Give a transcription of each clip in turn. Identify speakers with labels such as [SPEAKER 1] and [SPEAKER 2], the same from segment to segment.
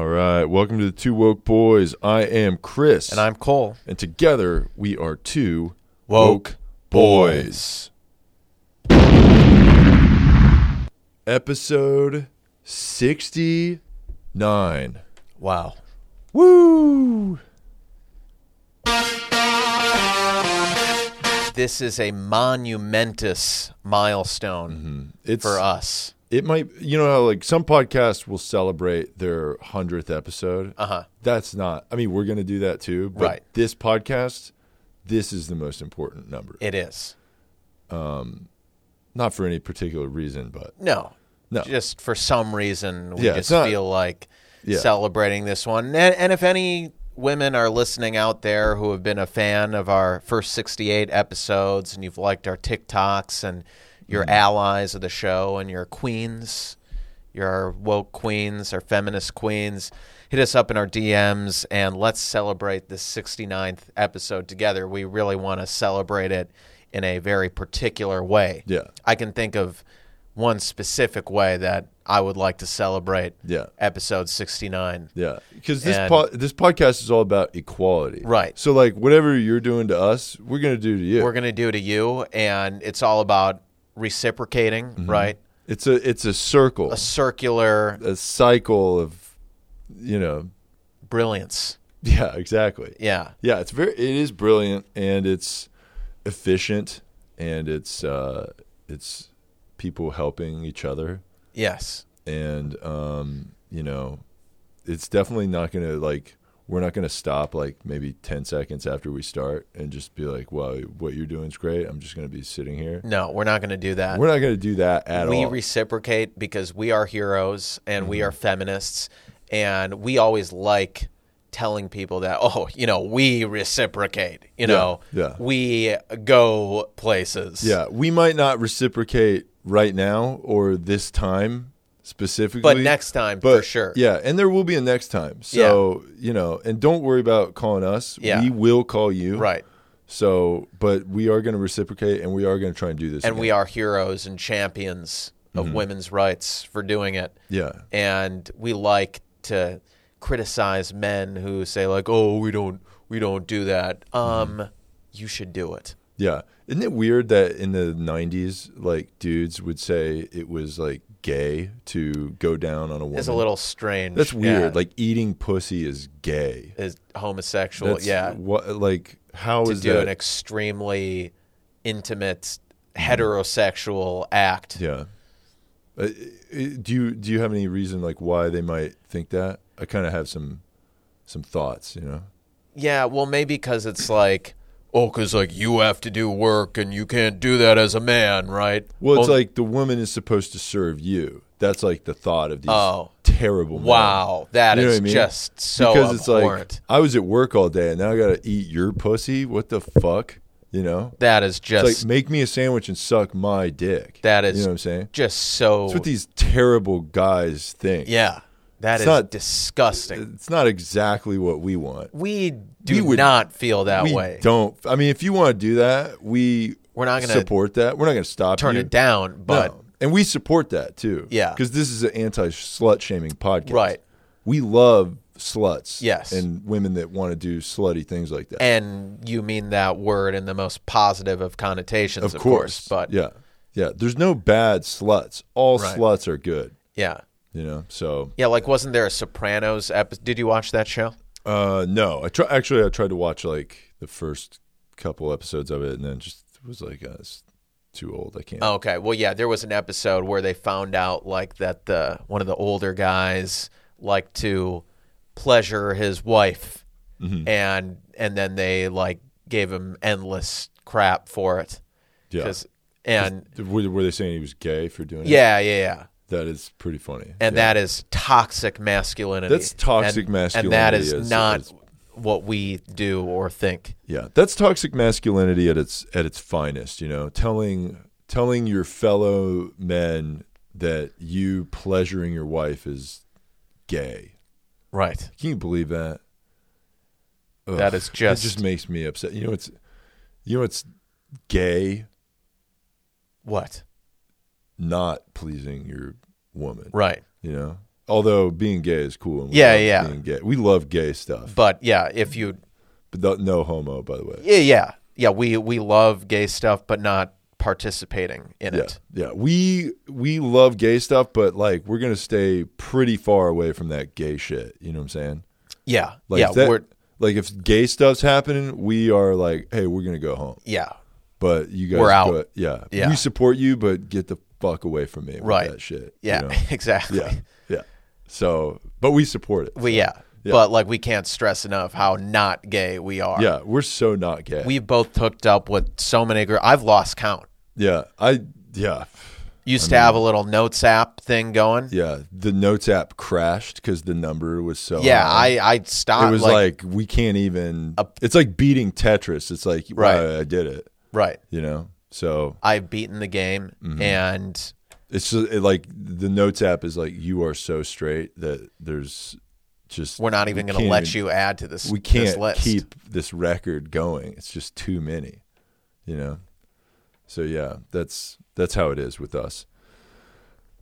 [SPEAKER 1] welcome to the Two Woke Boys. I am Chris,
[SPEAKER 2] And I'm Cole.
[SPEAKER 1] and together we are two
[SPEAKER 2] Woke
[SPEAKER 1] boys. Episode sixty-nine.
[SPEAKER 2] Wow.
[SPEAKER 1] Woo!
[SPEAKER 2] This is a monumentous milestone
[SPEAKER 1] It's
[SPEAKER 2] for uh, us.
[SPEAKER 1] it might you know how like some podcasts will celebrate their hundredth episode.
[SPEAKER 2] Uh huh.
[SPEAKER 1] That's not. I mean, we're gonna do that too, but
[SPEAKER 2] Right.
[SPEAKER 1] this podcast, this is the most important number.
[SPEAKER 2] It is.
[SPEAKER 1] not for any particular reason, but
[SPEAKER 2] No.
[SPEAKER 1] No.
[SPEAKER 2] Just for some reason, we
[SPEAKER 1] Yeah, it's
[SPEAKER 2] just
[SPEAKER 1] not-
[SPEAKER 2] feel like
[SPEAKER 1] Yeah.
[SPEAKER 2] celebrating this one. And, and if any women are listening out there who have been a fan of our first 68 episodes and you've liked our TikToks and your
[SPEAKER 1] Mm-hmm.
[SPEAKER 2] allies of the show and your queens, your woke queens, our feminist queens, hit us up in our DMs and let's celebrate this 69th episode together. We really want to celebrate it in a very particular way.
[SPEAKER 1] Yeah.
[SPEAKER 2] I can think of one specific way that I would like to celebrate
[SPEAKER 1] Yeah.
[SPEAKER 2] episode 69.
[SPEAKER 1] yeah, because this
[SPEAKER 2] And-
[SPEAKER 1] po- this podcast is all about equality,
[SPEAKER 2] Right.
[SPEAKER 1] So like whatever you're doing to us, we're gonna do to you.
[SPEAKER 2] We're going to do to you, and it's all about reciprocating,
[SPEAKER 1] Mm-hmm.
[SPEAKER 2] right?
[SPEAKER 1] it's a it's a circle,
[SPEAKER 2] A circular
[SPEAKER 1] a cycle of, you know,
[SPEAKER 2] brilliance.
[SPEAKER 1] yeah, exactly.
[SPEAKER 2] Yeah.
[SPEAKER 1] Yeah, it's very it is brilliant and it's efficient and it's uh it's people helping each other
[SPEAKER 2] Yes.
[SPEAKER 1] and um you know it's definitely not going to like we're not going to stop like maybe 10 seconds after we start and just be like wow what you're doing is great i'm just going to be sitting here
[SPEAKER 2] No, we're not going to do that.
[SPEAKER 1] we're not going to do that at
[SPEAKER 2] we
[SPEAKER 1] all Mm-hmm.
[SPEAKER 2] reciprocate because we are heroes and we are feminists, and we always like telling people that oh you know we reciprocate you know
[SPEAKER 1] yeah.
[SPEAKER 2] we go places
[SPEAKER 1] yeah we might not reciprocate right now or this time specifically
[SPEAKER 2] but next time
[SPEAKER 1] But
[SPEAKER 2] for sure
[SPEAKER 1] Yeah, and there will be a next time. So, you know, and don't worry about calling us.
[SPEAKER 2] Yeah.
[SPEAKER 1] We will call you.
[SPEAKER 2] right
[SPEAKER 1] So, but we are going to reciprocate and we are going to try and do this.
[SPEAKER 2] and we are heroes and champions of
[SPEAKER 1] Mm-hmm.
[SPEAKER 2] women's rights for doing it
[SPEAKER 1] Yeah.
[SPEAKER 2] and we like to criticize men who say like oh we don't we don't do that
[SPEAKER 1] Mm-hmm.
[SPEAKER 2] um you should do it
[SPEAKER 1] Yeah. Isn't it weird that in the 90s, like, dudes would say it was, like, gay to go down on a woman?
[SPEAKER 2] it's a little strange
[SPEAKER 1] Mm-hmm. That's weird.
[SPEAKER 2] yeah,
[SPEAKER 1] Like, eating pussy is gay.
[SPEAKER 2] is homosexual
[SPEAKER 1] That's
[SPEAKER 2] yeah
[SPEAKER 1] What, like, how is
[SPEAKER 2] to do
[SPEAKER 1] that? Mm-hmm.
[SPEAKER 2] an extremely intimate heterosexual act
[SPEAKER 1] Yeah. Uh, i- do you do you have any reason like why they might think that? I kind of have some some thoughts, you know.
[SPEAKER 2] Yeah, well, maybe because it's like, oh, because like you have to do work and you can't do that as a man, right?
[SPEAKER 1] Well, it's
[SPEAKER 2] Oh,
[SPEAKER 1] like the woman is supposed to serve you. That's like the thought of these
[SPEAKER 2] Oh.
[SPEAKER 1] terrible. men.
[SPEAKER 2] wow, that
[SPEAKER 1] You
[SPEAKER 2] is
[SPEAKER 1] know what I mean?
[SPEAKER 2] just so
[SPEAKER 1] because it's
[SPEAKER 2] abhorrent.
[SPEAKER 1] like I was at work all day and now I got to eat your pussy. What the fuck, you know?
[SPEAKER 2] that is just
[SPEAKER 1] It's like make me a sandwich and suck my dick.
[SPEAKER 2] That is-
[SPEAKER 1] you know what I'm saying.
[SPEAKER 2] just so.
[SPEAKER 1] That's what these terrible guys think.
[SPEAKER 2] yeah, that
[SPEAKER 1] It's
[SPEAKER 2] is
[SPEAKER 1] not-
[SPEAKER 2] disgusting.
[SPEAKER 1] it's not exactly what we want.
[SPEAKER 2] we do
[SPEAKER 1] we would-
[SPEAKER 2] not feel that
[SPEAKER 1] we
[SPEAKER 2] way.
[SPEAKER 1] don't. I mean, if you want to do that, we
[SPEAKER 2] We're not gonna
[SPEAKER 1] support that. We're not going to stop.
[SPEAKER 2] Turn
[SPEAKER 1] you.
[SPEAKER 2] it down,
[SPEAKER 1] No.
[SPEAKER 2] but
[SPEAKER 1] and we support that too.
[SPEAKER 2] Yeah.
[SPEAKER 1] because this is an anti slut shaming podcast.
[SPEAKER 2] Right.
[SPEAKER 1] We love sluts.
[SPEAKER 2] Yes.
[SPEAKER 1] and women that want to do slutty things like that.
[SPEAKER 2] and you mean that word in the most positive of connotations, of, but
[SPEAKER 1] yeah, yeah. There's no bad sluts. All
[SPEAKER 2] Right.
[SPEAKER 1] sluts are good.
[SPEAKER 2] yeah.
[SPEAKER 1] You know. So
[SPEAKER 2] Yeah, like wasn't there a Sopranos episode? Did you watch that show?
[SPEAKER 1] uh, no, I try. Actually, I tried to watch like the first couple episodes of it, and then just was like, uh, it's too old. I can't.
[SPEAKER 2] Okay. Well, yeah, there was an episode where they found out like that the one of the older guys liked to pleasure his wife,
[SPEAKER 1] Mm-hmm.
[SPEAKER 2] and and then they like gave him endless crap for it.
[SPEAKER 1] yeah.
[SPEAKER 2] 'Cause- and
[SPEAKER 1] Were, were they saying he was gay for doing it?
[SPEAKER 2] yeah, yeah, yeah.
[SPEAKER 1] That is pretty funny.
[SPEAKER 2] And
[SPEAKER 1] Yeah.
[SPEAKER 2] that is toxic masculinity.
[SPEAKER 1] That's toxic
[SPEAKER 2] And- And that
[SPEAKER 1] masculinity
[SPEAKER 2] is
[SPEAKER 1] is-
[SPEAKER 2] not
[SPEAKER 1] is-
[SPEAKER 2] what we do or think.
[SPEAKER 1] yeah, that's toxic masculinity at its at its finest. You know, telling telling your fellow men that you pleasuring your wife is gay.
[SPEAKER 2] Right.
[SPEAKER 1] Can you believe that? Ugh,
[SPEAKER 2] That is
[SPEAKER 1] that
[SPEAKER 2] just,
[SPEAKER 1] just makes me upset. You know, it's you know, it's gay
[SPEAKER 2] what?
[SPEAKER 1] not pleasing your woman.
[SPEAKER 2] Right.
[SPEAKER 1] You know, although being gay is cool. And we
[SPEAKER 2] Yeah,
[SPEAKER 1] love
[SPEAKER 2] yeah.
[SPEAKER 1] Being gay, we love gay stuff. But,
[SPEAKER 2] But yeah, if you
[SPEAKER 1] th- no homo, by the way.
[SPEAKER 2] yeah yeah yeah we we love gay stuff, but not participating in
[SPEAKER 1] Yeah,
[SPEAKER 2] it.
[SPEAKER 1] yeah. We we love gay stuff, but like we're gonna stay pretty far away from that gay shit. You know what I'm saying?
[SPEAKER 2] Yeah
[SPEAKER 1] Like
[SPEAKER 2] yeah
[SPEAKER 1] that-
[SPEAKER 2] we're
[SPEAKER 1] like if gay stuff's happening, we are like, hey, we're gonna go home.
[SPEAKER 2] yeah
[SPEAKER 1] But you guys,
[SPEAKER 2] We're out.
[SPEAKER 1] go- yeah,
[SPEAKER 2] Yeah.
[SPEAKER 1] we support you, but get the fuck away from me. with
[SPEAKER 2] Right.
[SPEAKER 1] that shit. you
[SPEAKER 2] yeah
[SPEAKER 1] know?
[SPEAKER 2] exactly
[SPEAKER 1] yeah, yeah. So, but we support it.
[SPEAKER 2] we yeah.
[SPEAKER 1] Yeah.
[SPEAKER 2] But like we can't stress enough how not gay we are.
[SPEAKER 1] yeah, we're so not gay.
[SPEAKER 2] We've both hooked up with so many girls. I've lost count.
[SPEAKER 1] yeah, I yeah.
[SPEAKER 2] Used to have a little notes app thing going.
[SPEAKER 1] Yeah, the notes app crashed because the number was so.
[SPEAKER 2] Yeah,
[SPEAKER 1] high.
[SPEAKER 2] I I stopped.
[SPEAKER 1] it was
[SPEAKER 2] like,
[SPEAKER 1] like, we can't even. it's like beating Tetris. It's like
[SPEAKER 2] Right.
[SPEAKER 1] right, I did it.
[SPEAKER 2] right.
[SPEAKER 1] You know, so
[SPEAKER 2] I've beaten the game,
[SPEAKER 1] Mm-hmm.
[SPEAKER 2] and
[SPEAKER 1] it's just, it, like the notes app is like you are so straight that there's just
[SPEAKER 2] we're not even
[SPEAKER 1] we
[SPEAKER 2] going to
[SPEAKER 1] can't
[SPEAKER 2] let
[SPEAKER 1] even-
[SPEAKER 2] you add to this.
[SPEAKER 1] We
[SPEAKER 2] this
[SPEAKER 1] can't
[SPEAKER 2] list.
[SPEAKER 1] keep this record going. It's just too many. You know, so yeah, that's that's how it is with us.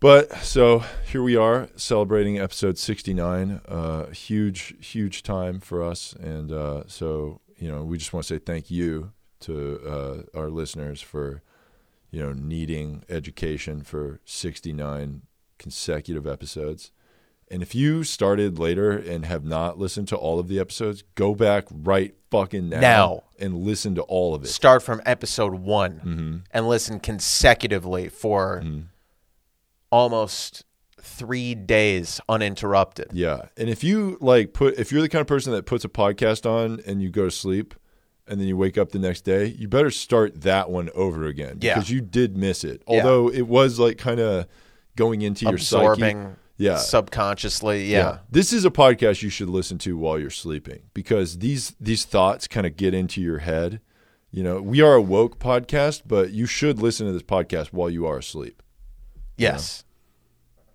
[SPEAKER 1] But so here we are celebrating episode 69. Uh, huge, huge time for us. And uh, so, you know, we just want to say thank you to uh, our listeners for, you know, needing education for 69 consecutive episodes. And if you started later and have not listened to all of the episodes, go back right fucking now,
[SPEAKER 2] Now.
[SPEAKER 1] and listen to all of it. Mm-hmm.
[SPEAKER 2] start from episode one and listen consecutively for almost three days uninterrupted.
[SPEAKER 1] Yeah. And if you like put if you're the kind of person that puts a podcast on and you go to sleep and then you wake up the next day, you better start that one over again
[SPEAKER 2] Yeah.
[SPEAKER 1] because you did miss it.
[SPEAKER 2] Yeah.
[SPEAKER 1] Although it was like kind of going into your psyche.
[SPEAKER 2] absorbing,
[SPEAKER 1] Yeah.
[SPEAKER 2] subconsciously, yeah.
[SPEAKER 1] This is a podcast you should listen to while you're sleeping because these these thoughts kind of get into your head. You know, we are a woke podcast, but you should listen to this podcast while you are asleep.
[SPEAKER 2] yes,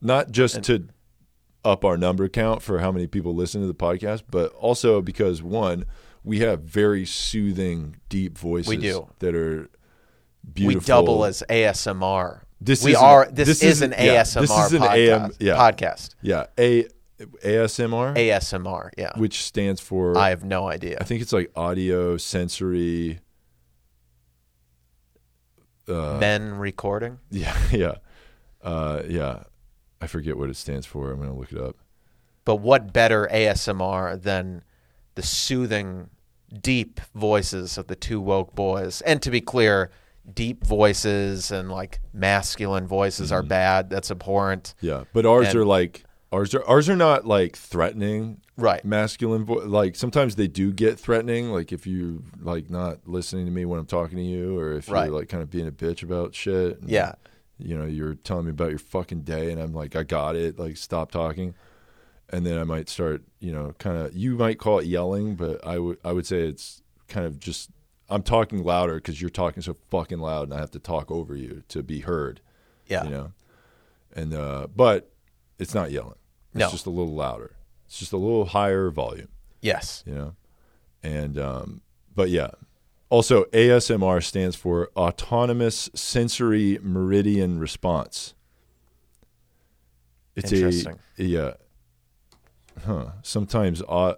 [SPEAKER 1] not just to up our number count for how many people listen to the podcast, but also because one, we have very soothing, deep voices.
[SPEAKER 2] We do.
[SPEAKER 1] that are
[SPEAKER 2] we
[SPEAKER 1] beautiful.
[SPEAKER 2] double as ASMR.
[SPEAKER 1] This
[SPEAKER 2] we
[SPEAKER 1] isn't-
[SPEAKER 2] are. This,
[SPEAKER 1] this
[SPEAKER 2] is an
[SPEAKER 1] isn't- yeah,
[SPEAKER 2] ASMR
[SPEAKER 1] this is an AM
[SPEAKER 2] podcast.
[SPEAKER 1] yeah.
[SPEAKER 2] podcast.
[SPEAKER 1] yeah a ASMR,
[SPEAKER 2] ASMR. Yeah,
[SPEAKER 1] which stands for
[SPEAKER 2] I
[SPEAKER 1] I,
[SPEAKER 2] have no idea.
[SPEAKER 1] think it's like audio sensory. Uh,
[SPEAKER 2] Men recording.
[SPEAKER 1] Yeah, yeah, uh, yeah. I forget what it stands for. I'm gonna look it up.
[SPEAKER 2] But what better ASMR than the soothing, deep voices of the two woke boys? And to be clear, deep voices and like masculine voices
[SPEAKER 1] Mm-hmm.
[SPEAKER 2] are bad. That's abhorrent.
[SPEAKER 1] Yeah, but ours
[SPEAKER 2] And-
[SPEAKER 1] are like ours are ours are not like threatening,
[SPEAKER 2] Right.
[SPEAKER 1] Masculine, vo- like sometimes they do get threatening, like if you like not listening to me when I'm talking to you, or if
[SPEAKER 2] Right.
[SPEAKER 1] you're like kind of being a bitch about shit. and,
[SPEAKER 2] Yeah.
[SPEAKER 1] you know, you're telling me about your fucking day, and I'm like, I got it, like stop talking, and then I might start, you know, kind of you might call it yelling, but I would I would say it's kind of just I'm talking louder because you're talking so fucking loud, and I have to talk over you to be heard
[SPEAKER 2] Yeah.
[SPEAKER 1] you know and uh but it's not yelling it's
[SPEAKER 2] No.
[SPEAKER 1] just a little louder it's just a little higher volume
[SPEAKER 2] Yes.
[SPEAKER 1] you know and um but yeah also asmr stands for autonomous sensory meridian response it's
[SPEAKER 2] Interesting.
[SPEAKER 1] a yeah huh sometimes au-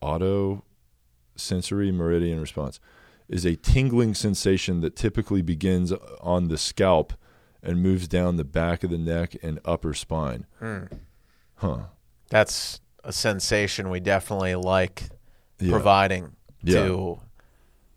[SPEAKER 1] auto sensory meridian response is a tingling sensation that typically begins on the scalp and moves down the back of the neck and upper spine huh
[SPEAKER 2] That's a sensation we definitely like
[SPEAKER 1] Yeah.
[SPEAKER 2] providing
[SPEAKER 1] Yeah.
[SPEAKER 2] to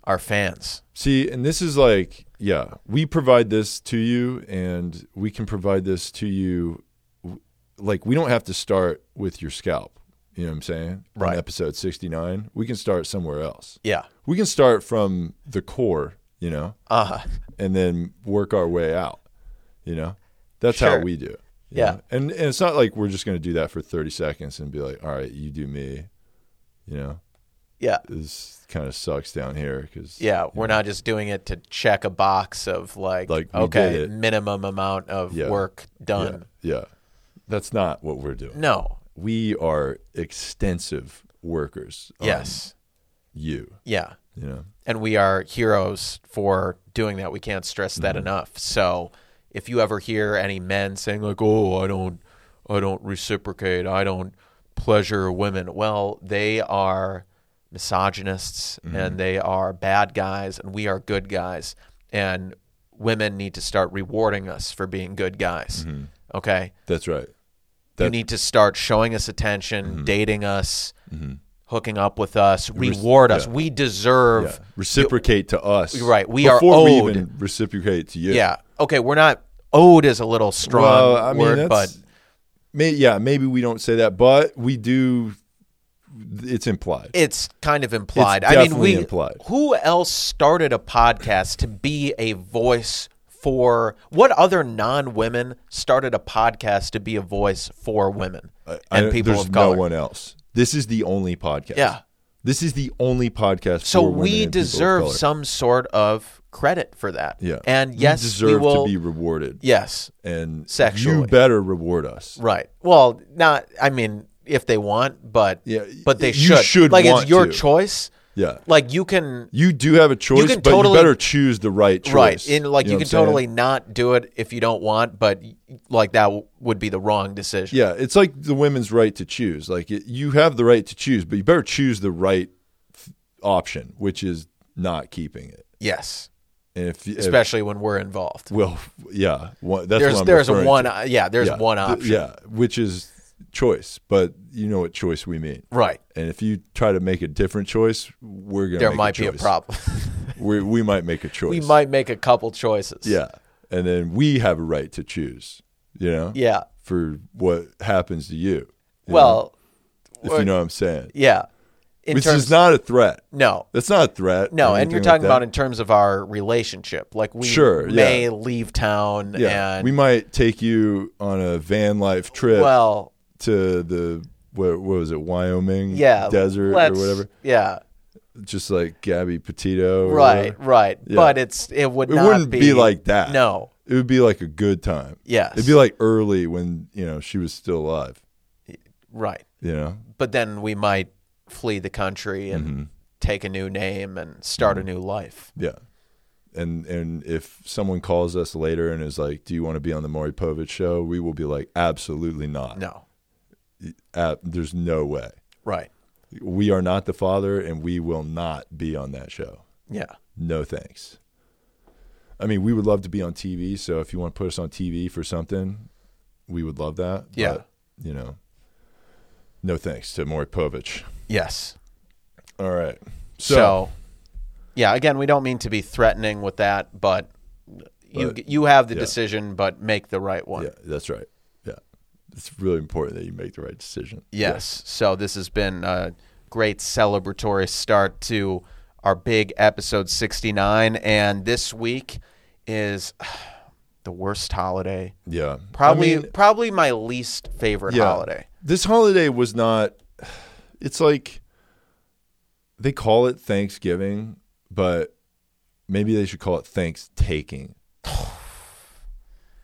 [SPEAKER 2] our fans.
[SPEAKER 1] See, and this is like, yeah, we provide this to you, and we can provide this to you. w- Like, we don't have to start with your scalp. You know what I'm saying? On
[SPEAKER 2] Right.
[SPEAKER 1] episode 69, we can start somewhere else.
[SPEAKER 2] Yeah.
[SPEAKER 1] We can start from the core, you know,
[SPEAKER 2] Uh,
[SPEAKER 1] and then work our way out. You know, that's how
[SPEAKER 2] Sure.
[SPEAKER 1] we do. it, you
[SPEAKER 2] Yeah.
[SPEAKER 1] know? and and it's not like we're just going to do that for 30 seconds and be like, all right, you do me. You know,
[SPEAKER 2] yeah.
[SPEAKER 1] this kind of sucks down here because
[SPEAKER 2] Yeah, we're not just doing it to check a box of like,
[SPEAKER 1] Like, we did
[SPEAKER 2] okay,
[SPEAKER 1] it.
[SPEAKER 2] minimum amount of
[SPEAKER 1] Yeah.
[SPEAKER 2] work done.
[SPEAKER 1] Yeah, yeah. That's not what we're doing.
[SPEAKER 2] No.
[SPEAKER 1] We are extensive workers. on
[SPEAKER 2] Yes.
[SPEAKER 1] You,
[SPEAKER 2] Yeah.
[SPEAKER 1] you know.
[SPEAKER 2] And we are heroes for doing that. We can't stress that enough. So if you ever hear any men saying like, "Oh, I don't I don't reciprocate, I don't pleasure women. Well, they are misogynists and they are bad guys and we are good guys. And women need to start rewarding us for being good guys. Okay?
[SPEAKER 1] That's right.
[SPEAKER 2] you
[SPEAKER 1] That- Mm-hmm.
[SPEAKER 2] need to start showing us attention, dating us, hooking up with us, reward us. We deserve
[SPEAKER 1] Yeah. Reciprocate to us.
[SPEAKER 2] Right, we are
[SPEAKER 1] before
[SPEAKER 2] owed.
[SPEAKER 1] we even reciprocate to you.
[SPEAKER 2] Yeah. Okay, we're not owed is a little strong
[SPEAKER 1] Well, I mean,
[SPEAKER 2] word,
[SPEAKER 1] that's,
[SPEAKER 2] but
[SPEAKER 1] may, yeah, maybe we don't say that, but we do. It's implied.
[SPEAKER 2] it's kind of implied. I mean,
[SPEAKER 1] definitely
[SPEAKER 2] we
[SPEAKER 1] implied.
[SPEAKER 2] who else started a podcast to be a voice for what other non-women started a podcast to be a voice for women
[SPEAKER 1] I
[SPEAKER 2] and
[SPEAKER 1] don't-
[SPEAKER 2] people
[SPEAKER 1] there's
[SPEAKER 2] of color?
[SPEAKER 1] no one else. This is the only podcast.
[SPEAKER 2] Yeah.
[SPEAKER 1] This is the only podcast.
[SPEAKER 2] so
[SPEAKER 1] for women
[SPEAKER 2] we
[SPEAKER 1] and people of
[SPEAKER 2] deserve
[SPEAKER 1] color.
[SPEAKER 2] some sort of credit for that.
[SPEAKER 1] Yeah.
[SPEAKER 2] And yes,
[SPEAKER 1] we
[SPEAKER 2] we
[SPEAKER 1] deserve
[SPEAKER 2] will,
[SPEAKER 1] to be rewarded.
[SPEAKER 2] Yes.
[SPEAKER 1] And
[SPEAKER 2] Sexually.
[SPEAKER 1] you better reward us.
[SPEAKER 2] Right. Well, not. I mean, if they want, but
[SPEAKER 1] Yeah,
[SPEAKER 2] but they
[SPEAKER 1] you
[SPEAKER 2] should.
[SPEAKER 1] should
[SPEAKER 2] like
[SPEAKER 1] want
[SPEAKER 2] it's your
[SPEAKER 1] to.
[SPEAKER 2] choice.
[SPEAKER 1] Yeah.
[SPEAKER 2] Like you can
[SPEAKER 1] You do have a choice,
[SPEAKER 2] can
[SPEAKER 1] but
[SPEAKER 2] totally-
[SPEAKER 1] you better choose the right choice.
[SPEAKER 2] right in like you,
[SPEAKER 1] know
[SPEAKER 2] can
[SPEAKER 1] what I'm saying?
[SPEAKER 2] totally not do it if you don't want, but like that w- would be the wrong decision.
[SPEAKER 1] Yeah, it's like the women's right to choose. Like it, you have the right to choose, but you better choose the right f- option, which is not keeping it.
[SPEAKER 2] Yes,
[SPEAKER 1] And if, if
[SPEAKER 2] especially when we're involved.
[SPEAKER 1] well, yeah, one, that's
[SPEAKER 2] There's
[SPEAKER 1] what I'm
[SPEAKER 2] there's a
[SPEAKER 1] referring
[SPEAKER 2] one.
[SPEAKER 1] to.
[SPEAKER 2] uh, Yeah, there's
[SPEAKER 1] Yeah,
[SPEAKER 2] one
[SPEAKER 1] th-
[SPEAKER 2] option.
[SPEAKER 1] yeah, which is choice, but you know what choice we mean.
[SPEAKER 2] Right.
[SPEAKER 1] And if you try to make a different choice, we're gonna
[SPEAKER 2] There
[SPEAKER 1] make
[SPEAKER 2] might be a
[SPEAKER 1] choice.
[SPEAKER 2] problem.
[SPEAKER 1] We we might make a choice.
[SPEAKER 2] we might make a couple choices.
[SPEAKER 1] Yeah, and then we have a right to choose. You know.
[SPEAKER 2] Yeah.
[SPEAKER 1] For what happens to you. you know,
[SPEAKER 2] Well,
[SPEAKER 1] if you know what I'm saying.
[SPEAKER 2] yeah. In
[SPEAKER 1] Which
[SPEAKER 2] terms,
[SPEAKER 1] is not a threat.
[SPEAKER 2] no,
[SPEAKER 1] That's not a threat.
[SPEAKER 2] No,
[SPEAKER 1] or
[SPEAKER 2] and you're
[SPEAKER 1] anything
[SPEAKER 2] talking
[SPEAKER 1] like
[SPEAKER 2] about
[SPEAKER 1] that.
[SPEAKER 2] in terms of our relationship. Like we
[SPEAKER 1] Sure, yeah.
[SPEAKER 2] may leave town
[SPEAKER 1] Yeah,
[SPEAKER 2] and
[SPEAKER 1] we might take you on a van life trip
[SPEAKER 2] well,
[SPEAKER 1] to the what, what was it, Wyoming?
[SPEAKER 2] yeah,
[SPEAKER 1] desert or
[SPEAKER 2] let's-
[SPEAKER 1] whatever.
[SPEAKER 2] Yeah,
[SPEAKER 1] Just like Gabby Petito. Or
[SPEAKER 2] right,
[SPEAKER 1] whatever.
[SPEAKER 2] right.
[SPEAKER 1] Yeah.
[SPEAKER 2] But it's it would
[SPEAKER 1] It
[SPEAKER 2] not
[SPEAKER 1] wouldn't be, like that.
[SPEAKER 2] No,
[SPEAKER 1] it would be like a good time.
[SPEAKER 2] yes,
[SPEAKER 1] it'd be like early when you know she was still alive.
[SPEAKER 2] right.
[SPEAKER 1] You know,
[SPEAKER 2] But then we might flee the country and
[SPEAKER 1] Mm-hmm.
[SPEAKER 2] take a new name and start a new life.
[SPEAKER 1] yeah. And and if someone calls us later and is like, "Do you want to be on the Maury Povich show?" We will be like, "Absolutely not.
[SPEAKER 2] No,
[SPEAKER 1] Ab- there's no way."
[SPEAKER 2] right?
[SPEAKER 1] we are not the father and we will not be on that show.
[SPEAKER 2] Yeah,
[SPEAKER 1] No thanks. I mean, we would love to be on TV, so if you want to put us on TV for something, we would love that.
[SPEAKER 2] Yeah.
[SPEAKER 1] But, you know. No thanks to Maury Povich.
[SPEAKER 2] yes.
[SPEAKER 1] All right. So,
[SPEAKER 2] So, yeah, again, we don't mean to be threatening with that, but. You,
[SPEAKER 1] But-
[SPEAKER 2] you have the
[SPEAKER 1] yeah.
[SPEAKER 2] decision, but make the right one.
[SPEAKER 1] yeah, that's right. Yeah. It's really important that you make the right decision.
[SPEAKER 2] Yes. So this has been a great celebratory start to our big episode 69. And this week is the worst holiday.
[SPEAKER 1] Yeah.
[SPEAKER 2] Probably
[SPEAKER 1] I mean,
[SPEAKER 2] probably my least favorite
[SPEAKER 1] Yeah.
[SPEAKER 2] holiday.
[SPEAKER 1] this holiday was not it's like they call it thanksgiving but maybe they should call it thanks taking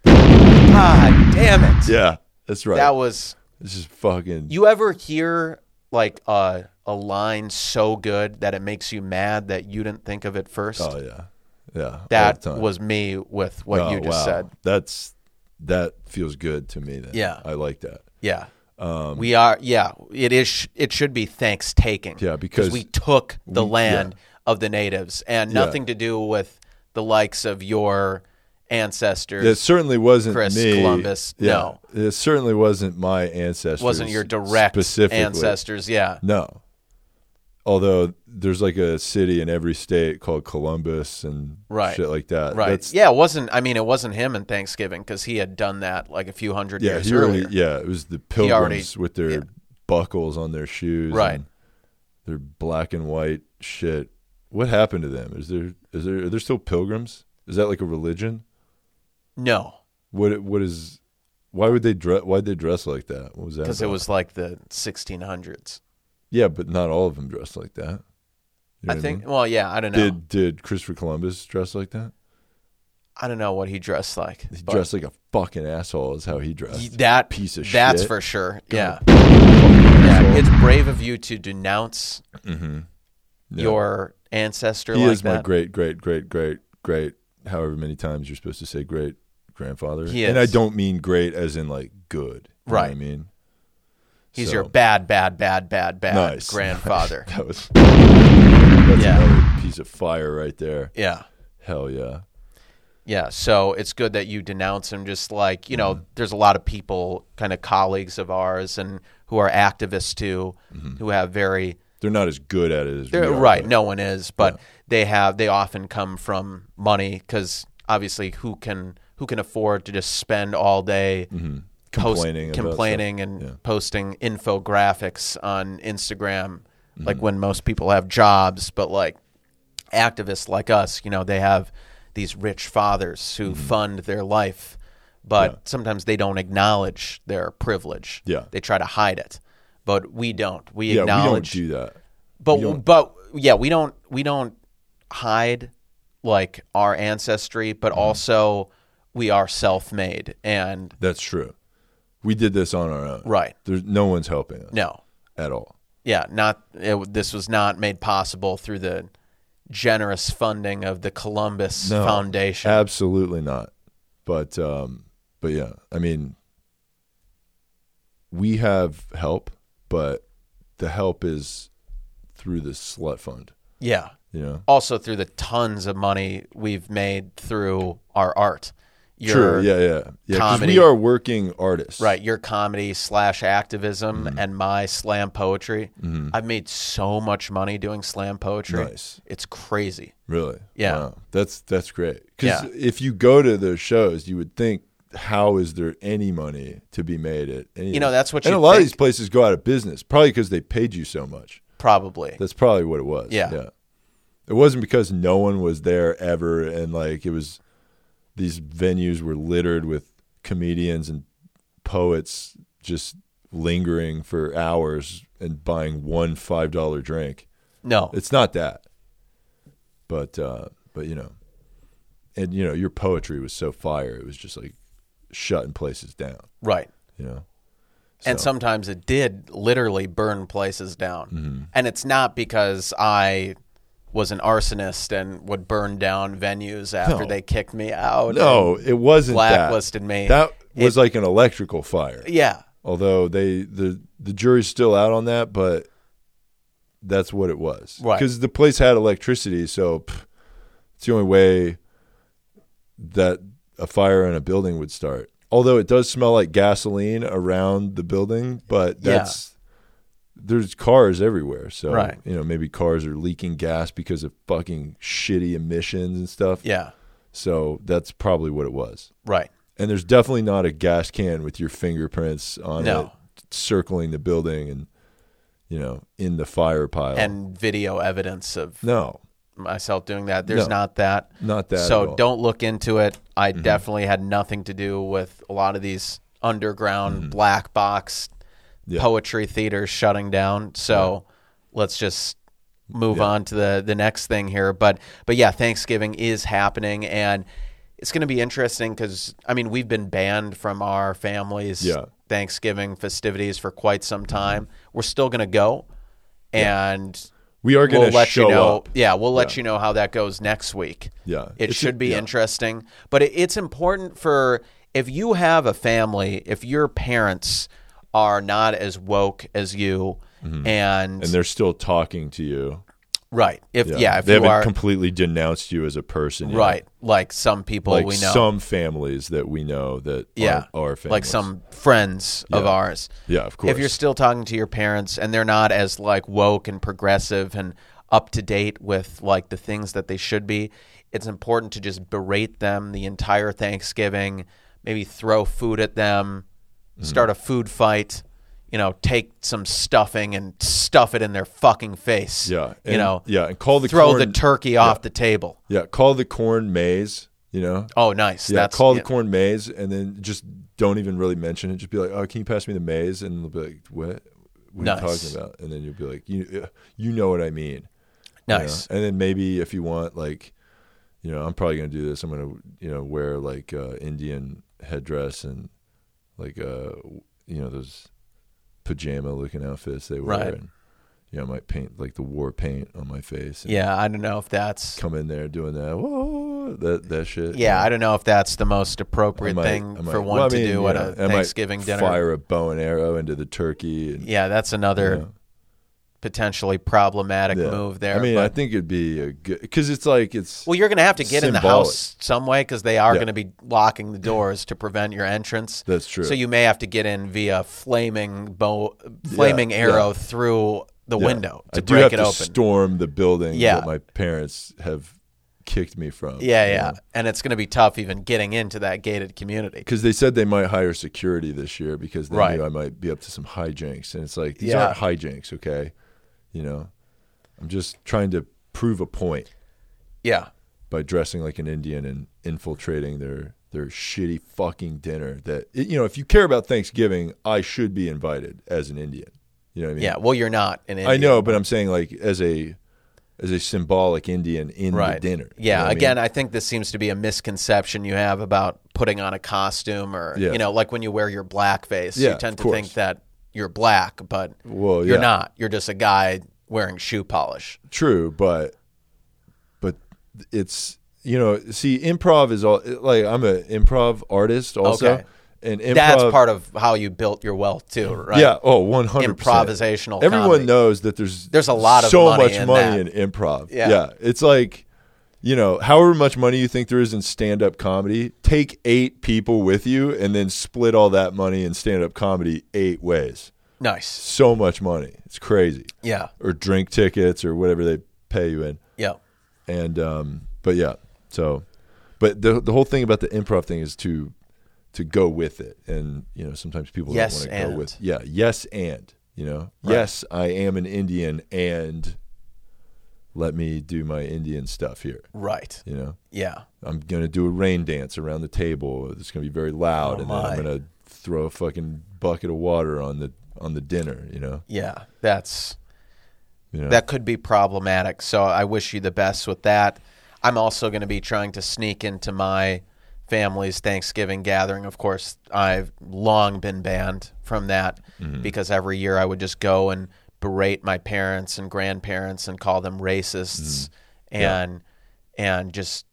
[SPEAKER 2] God damn it.
[SPEAKER 1] yeah that's right
[SPEAKER 2] That was
[SPEAKER 1] this is fucking
[SPEAKER 2] you ever hear like a a line so good that it makes you mad that you didn't think of it first?
[SPEAKER 1] oh yeah yeah
[SPEAKER 2] that
[SPEAKER 1] all the time.
[SPEAKER 2] was me with what
[SPEAKER 1] Oh,
[SPEAKER 2] you just
[SPEAKER 1] wow.
[SPEAKER 2] said.
[SPEAKER 1] that's that feels good to me then
[SPEAKER 2] Yeah.
[SPEAKER 1] i like that
[SPEAKER 2] Yeah.
[SPEAKER 1] Um,
[SPEAKER 2] we are. Yeah. It is. sh- It should be thanks taking.
[SPEAKER 1] Yeah, because
[SPEAKER 2] we took the land of the natives and nothing to do with the likes of your ancestors.
[SPEAKER 1] it certainly wasn't
[SPEAKER 2] Chris
[SPEAKER 1] me.
[SPEAKER 2] Columbus,
[SPEAKER 1] Yeah, it certainly wasn't my ancestors.
[SPEAKER 2] wasn't your direct
[SPEAKER 1] specifically.
[SPEAKER 2] ancestors. Yeah.
[SPEAKER 1] No. Although there's like a city in every state called Columbus and
[SPEAKER 2] Right.
[SPEAKER 1] shit like that.
[SPEAKER 2] Right.
[SPEAKER 1] That's,
[SPEAKER 2] yeah. It wasn't. I mean, it wasn't him in Thanksgiving because he had done that like a few hundred
[SPEAKER 1] yeah.
[SPEAKER 2] years
[SPEAKER 1] He already-
[SPEAKER 2] earlier.
[SPEAKER 1] yeah. It was the
[SPEAKER 2] already-
[SPEAKER 1] pilgrims with their
[SPEAKER 2] yeah.
[SPEAKER 1] buckles on their shoes.
[SPEAKER 2] Right.
[SPEAKER 1] and Their black and white shit. What happened to them? Is there is there are there still pilgrims? Is that like a religion?
[SPEAKER 2] No,
[SPEAKER 1] What what is? Why would they dress? Why'd they dress like that? What was that?
[SPEAKER 2] because it
[SPEAKER 1] about?
[SPEAKER 2] was like the 1600s.
[SPEAKER 1] yeah, but not all of them dressed like that. You know what
[SPEAKER 2] I
[SPEAKER 1] mean?
[SPEAKER 2] think. Well, yeah. I don't know.
[SPEAKER 1] Did did Christopher Columbus dress like that?
[SPEAKER 2] I don't know what he dressed like.
[SPEAKER 1] He
[SPEAKER 2] but
[SPEAKER 1] dressed like a fucking asshole. Is how he dressed.
[SPEAKER 2] he- that
[SPEAKER 1] piece of
[SPEAKER 2] That's
[SPEAKER 1] shit.
[SPEAKER 2] for sure. Yeah.
[SPEAKER 1] God.
[SPEAKER 2] Yeah, it's brave of you to denounce
[SPEAKER 1] Mm-hmm. Yeah.
[SPEAKER 2] your ancestor
[SPEAKER 1] he
[SPEAKER 2] like
[SPEAKER 1] is my
[SPEAKER 2] that.
[SPEAKER 1] great, great, great, great, great. However many times you're supposed to say great grandfather,
[SPEAKER 2] He
[SPEAKER 1] and I
[SPEAKER 2] is.
[SPEAKER 1] don't mean great as in like good. You know what I
[SPEAKER 2] Right.
[SPEAKER 1] mean,
[SPEAKER 2] He's
[SPEAKER 1] So-
[SPEAKER 2] your bad, bad, bad, bad, bad
[SPEAKER 1] Nice.
[SPEAKER 2] grandfather.
[SPEAKER 1] that was that's
[SPEAKER 2] Yeah.
[SPEAKER 1] another piece of fire right there.
[SPEAKER 2] yeah.
[SPEAKER 1] Hell yeah.
[SPEAKER 2] Yeah, so it's good that you denounce him. Just like you know,
[SPEAKER 1] Mm-hmm.
[SPEAKER 2] there's a lot of people, kind of colleagues of ours, and who are activists too,
[SPEAKER 1] Mm-hmm.
[SPEAKER 2] who have very
[SPEAKER 1] They're not as good at it as we
[SPEAKER 2] they're,
[SPEAKER 1] are,
[SPEAKER 2] right.
[SPEAKER 1] but
[SPEAKER 2] No one is, but they have they often come from money because obviously who can who can afford to just spend all day post-
[SPEAKER 1] Mm-hmm. Complaining about stuff.
[SPEAKER 2] complaining and
[SPEAKER 1] Yeah.
[SPEAKER 2] posting infographics on Instagram,
[SPEAKER 1] Mm-hmm.
[SPEAKER 2] like when most people have jobs, but like activists like us, you know, they have these rich fathers who
[SPEAKER 1] Mm-hmm.
[SPEAKER 2] fund their life, but sometimes they don't acknowledge their privilege.
[SPEAKER 1] Yeah.
[SPEAKER 2] They try to hide it. But we don't. We
[SPEAKER 1] yeah, we don't
[SPEAKER 2] acknowledge
[SPEAKER 1] do that.
[SPEAKER 2] but but yeah, we don't we don't hide like our ancestry, but
[SPEAKER 1] Mm-hmm.
[SPEAKER 2] also we are self-made and
[SPEAKER 1] That's true. We did this on our own.
[SPEAKER 2] right.
[SPEAKER 1] There's no one's helping us
[SPEAKER 2] No.
[SPEAKER 1] at all.
[SPEAKER 2] Yeah, not it, this was not made possible through the generous funding of the Columbus
[SPEAKER 1] No.
[SPEAKER 2] Foundation.
[SPEAKER 1] Absolutely not. But um but yeah, I mean we have help, but the help is through the slut fund,
[SPEAKER 2] yeah.
[SPEAKER 1] you know.
[SPEAKER 2] Also through the tons of money we've made through our art. Your,
[SPEAKER 1] Sure, yeah, yeah. Yeah, 'cause
[SPEAKER 2] comedy-
[SPEAKER 1] we are working artists.
[SPEAKER 2] Right, your comedy slash activism
[SPEAKER 1] Mm-hmm.
[SPEAKER 2] and my slam poetry. I've made so much money doing slam poetry.
[SPEAKER 1] Nice.
[SPEAKER 2] It's crazy.
[SPEAKER 1] Really?
[SPEAKER 2] Yeah.
[SPEAKER 1] Wow. That's that's great. Because
[SPEAKER 2] Yeah.
[SPEAKER 1] if you go to those shows, you would think, how is there any money to be made at any?
[SPEAKER 2] You know, that's what
[SPEAKER 1] And a
[SPEAKER 2] you'd
[SPEAKER 1] lot of
[SPEAKER 2] think.
[SPEAKER 1] these places go out of business, probably because they paid you so much.
[SPEAKER 2] Probably.
[SPEAKER 1] That's probably what it was.
[SPEAKER 2] Yeah.
[SPEAKER 1] It wasn't because no one was there ever, and like it was, these venues were littered with comedians and poets just lingering for hours and buying one five dollar drink
[SPEAKER 2] No.
[SPEAKER 1] it's not that but uh but you know and you know your poetry was so fire it was just like shutting places down
[SPEAKER 2] Right.
[SPEAKER 1] you know
[SPEAKER 2] And sometimes it did literally burn places down.
[SPEAKER 1] Mm-hmm.
[SPEAKER 2] And it's not because I was an arsonist and would burn down venues after
[SPEAKER 1] No.
[SPEAKER 2] they kicked me out.
[SPEAKER 1] no
[SPEAKER 2] and-
[SPEAKER 1] it wasn't
[SPEAKER 2] blacklisted
[SPEAKER 1] that.
[SPEAKER 2] me.
[SPEAKER 1] that was like an electrical fire
[SPEAKER 2] Yeah.
[SPEAKER 1] although they the the jury's still out on that but that's what it was
[SPEAKER 2] Right.
[SPEAKER 1] because the place had electricity so pff, it's the only way that a fire in a building would start although it does smell like gasoline around the building but
[SPEAKER 2] Yeah.
[SPEAKER 1] that's there's cars everywhere so
[SPEAKER 2] Right.
[SPEAKER 1] you know maybe cars are leaking gas because of fucking shitty emissions and stuff
[SPEAKER 2] Yeah.
[SPEAKER 1] so that's probably what it was
[SPEAKER 2] Right.
[SPEAKER 1] and there's definitely not a gas can with your fingerprints on
[SPEAKER 2] No.
[SPEAKER 1] it circling the building and you know in the fire pile
[SPEAKER 2] And video evidence of
[SPEAKER 1] no
[SPEAKER 2] myself doing that. There's
[SPEAKER 1] No.
[SPEAKER 2] not that.
[SPEAKER 1] not that at
[SPEAKER 2] so
[SPEAKER 1] all. Mm-hmm.
[SPEAKER 2] don't look into it. I definitely had nothing to do with a lot of these underground black box
[SPEAKER 1] Mm-hmm. Yeah.
[SPEAKER 2] poetry theaters shutting down. So let's just move on to the the next thing here. But but yeah, Thanksgiving is happening and it's going to be interesting because I mean we've been banned from our families
[SPEAKER 1] Yeah. Mm-hmm.
[SPEAKER 2] Thanksgiving festivities for quite some time. We're still going to go. And
[SPEAKER 1] we are going
[SPEAKER 2] we'll
[SPEAKER 1] to
[SPEAKER 2] let
[SPEAKER 1] show
[SPEAKER 2] you know.
[SPEAKER 1] up
[SPEAKER 2] Yeah, we'll let you know how that goes next week.
[SPEAKER 1] Yeah.
[SPEAKER 2] it
[SPEAKER 1] It's-
[SPEAKER 2] should be
[SPEAKER 1] yeah.
[SPEAKER 2] interesting, but it, it's important for if you have a family, if your parents are not as woke as you, and,
[SPEAKER 1] Mm-hmm. and they're still talking to you
[SPEAKER 2] right, if yeah, if
[SPEAKER 1] they
[SPEAKER 2] you
[SPEAKER 1] haven't
[SPEAKER 2] are
[SPEAKER 1] completely denounced you as a person yet.
[SPEAKER 2] right, like some people
[SPEAKER 1] like
[SPEAKER 2] we know,
[SPEAKER 1] some families that we know that
[SPEAKER 2] yeah,
[SPEAKER 1] are, are families.
[SPEAKER 2] like some friends of ours.
[SPEAKER 1] yeah of course
[SPEAKER 2] If you're still talking to your parents and they're not as like woke and progressive and up to date with like the things that they should be, it's important to just berate them the entire Thanksgiving, maybe throw food at them,
[SPEAKER 1] Mm-hmm.
[SPEAKER 2] start a food fight, you know, take some stuffing and stuff it in their fucking face.
[SPEAKER 1] yeah and,
[SPEAKER 2] you know,
[SPEAKER 1] yeah and call the
[SPEAKER 2] throw
[SPEAKER 1] corn,
[SPEAKER 2] the turkey off the table.
[SPEAKER 1] yeah call the corn maze you know
[SPEAKER 2] Oh, nice.
[SPEAKER 1] Yeah,
[SPEAKER 2] That's
[SPEAKER 1] call the
[SPEAKER 2] yeah.
[SPEAKER 1] corn maze and then just don't even really mention it. Just be like, "Oh, can you pass me the maze?" And they'll be like, "What? What are you
[SPEAKER 2] Nice.
[SPEAKER 1] talking about?" And then you'll be like, "You, uh, you know what I mean." you know?
[SPEAKER 2] nice.
[SPEAKER 1] And then maybe if you want, like, you know, I'm probably gonna do this. I'm gonna, you know, wear like uh, Indian headdress and like, uh, you know, those pajama looking outfits they wear.
[SPEAKER 2] Right.
[SPEAKER 1] And, you know, I might paint like the war paint on my face. And
[SPEAKER 2] Yeah, I don't know if that's
[SPEAKER 1] Come in there doing that. Whoa, know that that shit.
[SPEAKER 2] Yeah, I don't know if that's the most appropriate
[SPEAKER 1] might-
[SPEAKER 2] thing
[SPEAKER 1] I might-
[SPEAKER 2] for one
[SPEAKER 1] well, I
[SPEAKER 2] to
[SPEAKER 1] mean,
[SPEAKER 2] do
[SPEAKER 1] yeah,
[SPEAKER 2] at a
[SPEAKER 1] I might
[SPEAKER 2] Thanksgiving dinner.
[SPEAKER 1] Fire a bow and arrow into the turkey. And,
[SPEAKER 2] Yeah, that's another
[SPEAKER 1] Yeah.
[SPEAKER 2] potentially problematic
[SPEAKER 1] yeah.
[SPEAKER 2] move there.
[SPEAKER 1] I mean,
[SPEAKER 2] but-
[SPEAKER 1] I think it'd be a good because it's like it's
[SPEAKER 2] well, you're going to have to get in the
[SPEAKER 1] symbolic.
[SPEAKER 2] house some way because they are
[SPEAKER 1] Yeah.
[SPEAKER 2] going to be locking the doors to prevent your entrance.
[SPEAKER 1] that's true.
[SPEAKER 2] So you may have to get in via flaming bow, flaming
[SPEAKER 1] yeah.
[SPEAKER 2] arrow through the
[SPEAKER 1] Yeah.
[SPEAKER 2] window to
[SPEAKER 1] I do
[SPEAKER 2] break
[SPEAKER 1] have
[SPEAKER 2] it
[SPEAKER 1] to
[SPEAKER 2] open.
[SPEAKER 1] storm the building
[SPEAKER 2] Yeah.
[SPEAKER 1] that my parents have kicked me from.
[SPEAKER 2] yeah, yeah, and it's going to be tough even getting into that gated community.
[SPEAKER 1] Because they said they might hire security this year because they
[SPEAKER 2] Right.
[SPEAKER 1] knew I might be up to some hijinks, and it's like these
[SPEAKER 2] Yeah.
[SPEAKER 1] aren't hijinks, okay? You know, I'm just trying to prove a point
[SPEAKER 2] Yeah,
[SPEAKER 1] by dressing like an Indian and infiltrating their their shitty fucking dinner. That you know, if you care about Thanksgiving, I should be invited as an Indian. You know what I mean?
[SPEAKER 2] yeah. Well, you're not in.
[SPEAKER 1] I
[SPEAKER 2] India.
[SPEAKER 1] know, but I'm saying like as a as a symbolic Indian in the
[SPEAKER 2] Right.
[SPEAKER 1] dinner. You know
[SPEAKER 2] Yeah.
[SPEAKER 1] what I mean?
[SPEAKER 2] Again, I think this seems to be a misconception you have about putting on a costume or,
[SPEAKER 1] Yeah.
[SPEAKER 2] you know, like when you wear your blackface,
[SPEAKER 1] Yeah,
[SPEAKER 2] you tend
[SPEAKER 1] of
[SPEAKER 2] to
[SPEAKER 1] course.
[SPEAKER 2] think that you're black, but
[SPEAKER 1] Well,
[SPEAKER 2] you're
[SPEAKER 1] yeah.
[SPEAKER 2] not. You're just a guy wearing shoe polish.
[SPEAKER 1] True, but but it's you know, see, improv is all like I'm an improv artist also,
[SPEAKER 2] Okay.
[SPEAKER 1] and improv.
[SPEAKER 2] That's part of how you built your wealth, too, right?
[SPEAKER 1] Yeah. Oh, one hundred
[SPEAKER 2] Improvisational
[SPEAKER 1] Everyone
[SPEAKER 2] comedy.
[SPEAKER 1] knows that there's
[SPEAKER 2] There's a lot of
[SPEAKER 1] so
[SPEAKER 2] money
[SPEAKER 1] much
[SPEAKER 2] in
[SPEAKER 1] money
[SPEAKER 2] that.
[SPEAKER 1] in improv.
[SPEAKER 2] Yeah.
[SPEAKER 1] It's like you know, however much money you think there is in stand up comedy, take eight people with you and then split all that money in stand up comedy eight ways.
[SPEAKER 2] Nice.
[SPEAKER 1] So much money. It's crazy.
[SPEAKER 2] Yeah.
[SPEAKER 1] Or drink tickets or whatever they pay you in.
[SPEAKER 2] Yeah.
[SPEAKER 1] and um, but yeah, so but the the whole thing about the improv thing is to to go with it, and you know sometimes people
[SPEAKER 2] Yes,
[SPEAKER 1] don't want to
[SPEAKER 2] and.
[SPEAKER 1] go with yeah yes and you know
[SPEAKER 2] Right.
[SPEAKER 1] yes I am an Indian and let me do my Indian stuff here,
[SPEAKER 2] Right.
[SPEAKER 1] you know
[SPEAKER 2] Yeah.
[SPEAKER 1] I'm gonna do a rain dance around the table. It's gonna be very loud,
[SPEAKER 2] Oh,
[SPEAKER 1] and then
[SPEAKER 2] my.
[SPEAKER 1] I'm gonna throw a fucking bucket of water on the on the dinner, you know.
[SPEAKER 2] Yeah. That's.
[SPEAKER 1] You know?
[SPEAKER 2] that could be problematic. So I wish you the best with that. I'm also going to be trying to sneak into my family's Thanksgiving gathering. Of course, I've long been banned from that
[SPEAKER 1] Mm-hmm.
[SPEAKER 2] because every year I would just go and berate my parents and grandparents and call them racists
[SPEAKER 1] Mm-hmm.
[SPEAKER 2] and and just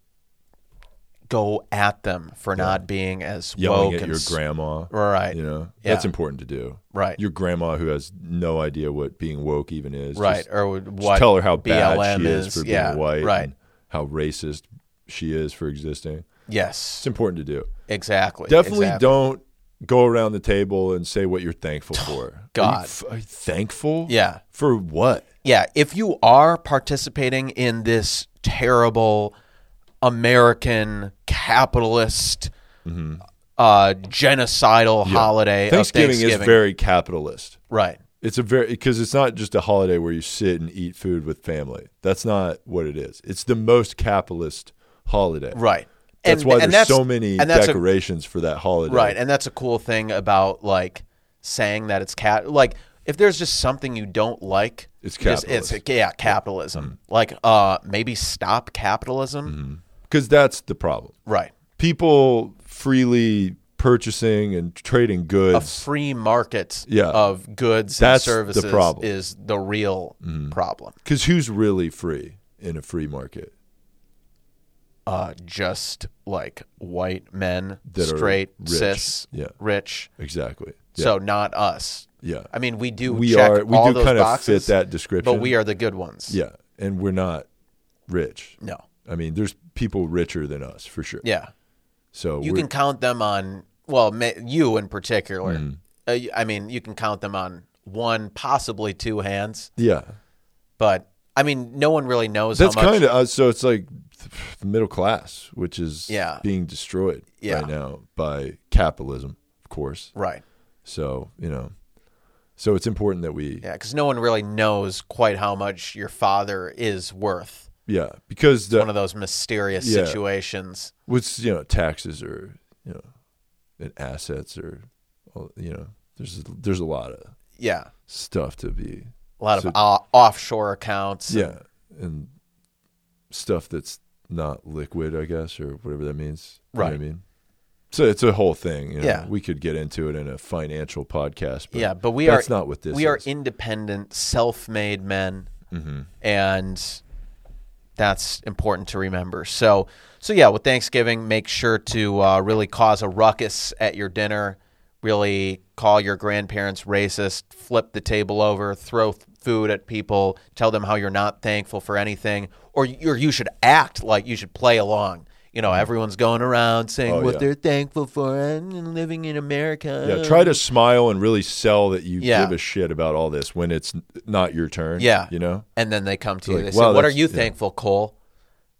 [SPEAKER 2] go at them for not being as
[SPEAKER 1] yelling
[SPEAKER 2] woke
[SPEAKER 1] at
[SPEAKER 2] and
[SPEAKER 1] your
[SPEAKER 2] s-
[SPEAKER 1] grandma,
[SPEAKER 2] right
[SPEAKER 1] You know
[SPEAKER 2] Yeah.
[SPEAKER 1] that's important to do.
[SPEAKER 2] right
[SPEAKER 1] your grandma who has no idea what being woke even is.
[SPEAKER 2] right
[SPEAKER 1] Just,
[SPEAKER 2] or what
[SPEAKER 1] just tell her how bad
[SPEAKER 2] BLM
[SPEAKER 1] she is, for being
[SPEAKER 2] yeah,
[SPEAKER 1] white
[SPEAKER 2] right
[SPEAKER 1] and how racist she is for existing. It's
[SPEAKER 2] yes
[SPEAKER 1] important to do.
[SPEAKER 2] exactly
[SPEAKER 1] Definitely
[SPEAKER 2] E-, exactly.
[SPEAKER 1] don't go around the table and say what you're thankful for. Are you
[SPEAKER 2] God.
[SPEAKER 1] f- are you thankful?
[SPEAKER 2] Yeah.
[SPEAKER 1] For what?
[SPEAKER 2] Yeah, if you are participating in this terrible American capitalist uh, genocidal holiday
[SPEAKER 1] Mm-hmm. Thanksgiving,
[SPEAKER 2] of Thanksgiving,
[SPEAKER 1] is very capitalist.
[SPEAKER 2] right?
[SPEAKER 1] It's a very because it's not just a holiday where you sit and eat food with family. That's not what it is. It's the most capitalist holiday.
[SPEAKER 2] Right.
[SPEAKER 1] That's
[SPEAKER 2] and,
[SPEAKER 1] why
[SPEAKER 2] and
[SPEAKER 1] there's
[SPEAKER 2] that's,
[SPEAKER 1] so many
[SPEAKER 2] and that's a-
[SPEAKER 1] decorations for that holiday.
[SPEAKER 2] Right, and that's a cool thing about like saying that it's cat. Like if there's just something you don't like,
[SPEAKER 1] It's Mm-hmm.
[SPEAKER 2] just-
[SPEAKER 1] capitalist.
[SPEAKER 2] it's yeah, capitalism. Like uh, maybe stop capitalism.
[SPEAKER 1] because that's the problem.
[SPEAKER 2] Right,
[SPEAKER 1] People freely purchasing and trading
[SPEAKER 2] a
[SPEAKER 1] goods.
[SPEAKER 2] free market
[SPEAKER 1] Yeah.
[SPEAKER 2] of goods
[SPEAKER 1] That's the
[SPEAKER 2] and services
[SPEAKER 1] problem. Mm-hmm.
[SPEAKER 2] is the real problem.
[SPEAKER 1] Because who's really free in a free market?
[SPEAKER 2] Uh, just like white men,
[SPEAKER 1] That are
[SPEAKER 2] straight,
[SPEAKER 1] rich.
[SPEAKER 2] cis,
[SPEAKER 1] Yeah.
[SPEAKER 2] rich.
[SPEAKER 1] Exactly. Yeah.
[SPEAKER 2] So not us.
[SPEAKER 1] yeah,
[SPEAKER 2] I mean, we do
[SPEAKER 1] we
[SPEAKER 2] check
[SPEAKER 1] are. We
[SPEAKER 2] all
[SPEAKER 1] do
[SPEAKER 2] those
[SPEAKER 1] kind of fit
[SPEAKER 2] boxes,
[SPEAKER 1] that description.
[SPEAKER 2] but we are the good ones.
[SPEAKER 1] Yeah, and we're not rich.
[SPEAKER 2] No.
[SPEAKER 1] I mean, there's people richer than us for sure.
[SPEAKER 2] Yeah.
[SPEAKER 1] So
[SPEAKER 2] You
[SPEAKER 1] we're,
[SPEAKER 2] can count them on, well, ma- you in particular.
[SPEAKER 1] Mm-hmm.
[SPEAKER 2] Uh, y- I mean, you can count them on one, possibly two hands,
[SPEAKER 1] Yeah,
[SPEAKER 2] but I mean, no one really knows
[SPEAKER 1] that's
[SPEAKER 2] how much.
[SPEAKER 1] kind of uh, so. It's like the middle class, which is
[SPEAKER 2] Yeah.
[SPEAKER 1] being destroyed
[SPEAKER 2] Yeah.
[SPEAKER 1] right now by capitalism, of course.
[SPEAKER 2] right.
[SPEAKER 1] So you know, so it's important that we
[SPEAKER 2] Yeah, because no one really knows quite how much your father is worth.
[SPEAKER 1] yeah because the
[SPEAKER 2] One of those mysterious
[SPEAKER 1] Yeah.
[SPEAKER 2] situations.
[SPEAKER 1] what's you know taxes or you know and assets or well, you know there's there's a lot of
[SPEAKER 2] Yeah,
[SPEAKER 1] stuff to be
[SPEAKER 2] a lot
[SPEAKER 1] So-
[SPEAKER 2] of o- offshore accounts.
[SPEAKER 1] yeah and stuff that's not liquid I guess or whatever that means You know what
[SPEAKER 2] Right.
[SPEAKER 1] I mean so it's a whole thing you know?
[SPEAKER 2] Yeah.
[SPEAKER 1] we could get into it in a financial podcast but
[SPEAKER 2] yeah, but we
[SPEAKER 1] that's
[SPEAKER 2] are
[SPEAKER 1] not what this
[SPEAKER 2] we are
[SPEAKER 1] is. Mm-hmm.
[SPEAKER 2] independent, self-made men, and that's important to remember. So, so yeah, with Thanksgiving, make sure to uh, really cause a ruckus at your dinner. Really call your grandparents racist, flip the table over, throw th- food at people, tell them how you're not thankful for anything, or you, or you should act like you should play along. You know, everyone's going around saying
[SPEAKER 1] Mm-hmm. Oh,
[SPEAKER 2] what
[SPEAKER 1] yeah.
[SPEAKER 2] they're thankful for and living in America.
[SPEAKER 1] Yeah, try to smile and really sell that you
[SPEAKER 2] Yeah.
[SPEAKER 1] give a shit about all this when it's n- not your turn.
[SPEAKER 2] Yeah.
[SPEAKER 1] you know.
[SPEAKER 2] And then they come to you.
[SPEAKER 1] Like,
[SPEAKER 2] they
[SPEAKER 1] wow,
[SPEAKER 2] say, "What are
[SPEAKER 1] that's-
[SPEAKER 2] you
[SPEAKER 1] yeah.
[SPEAKER 2] thankful, Cole?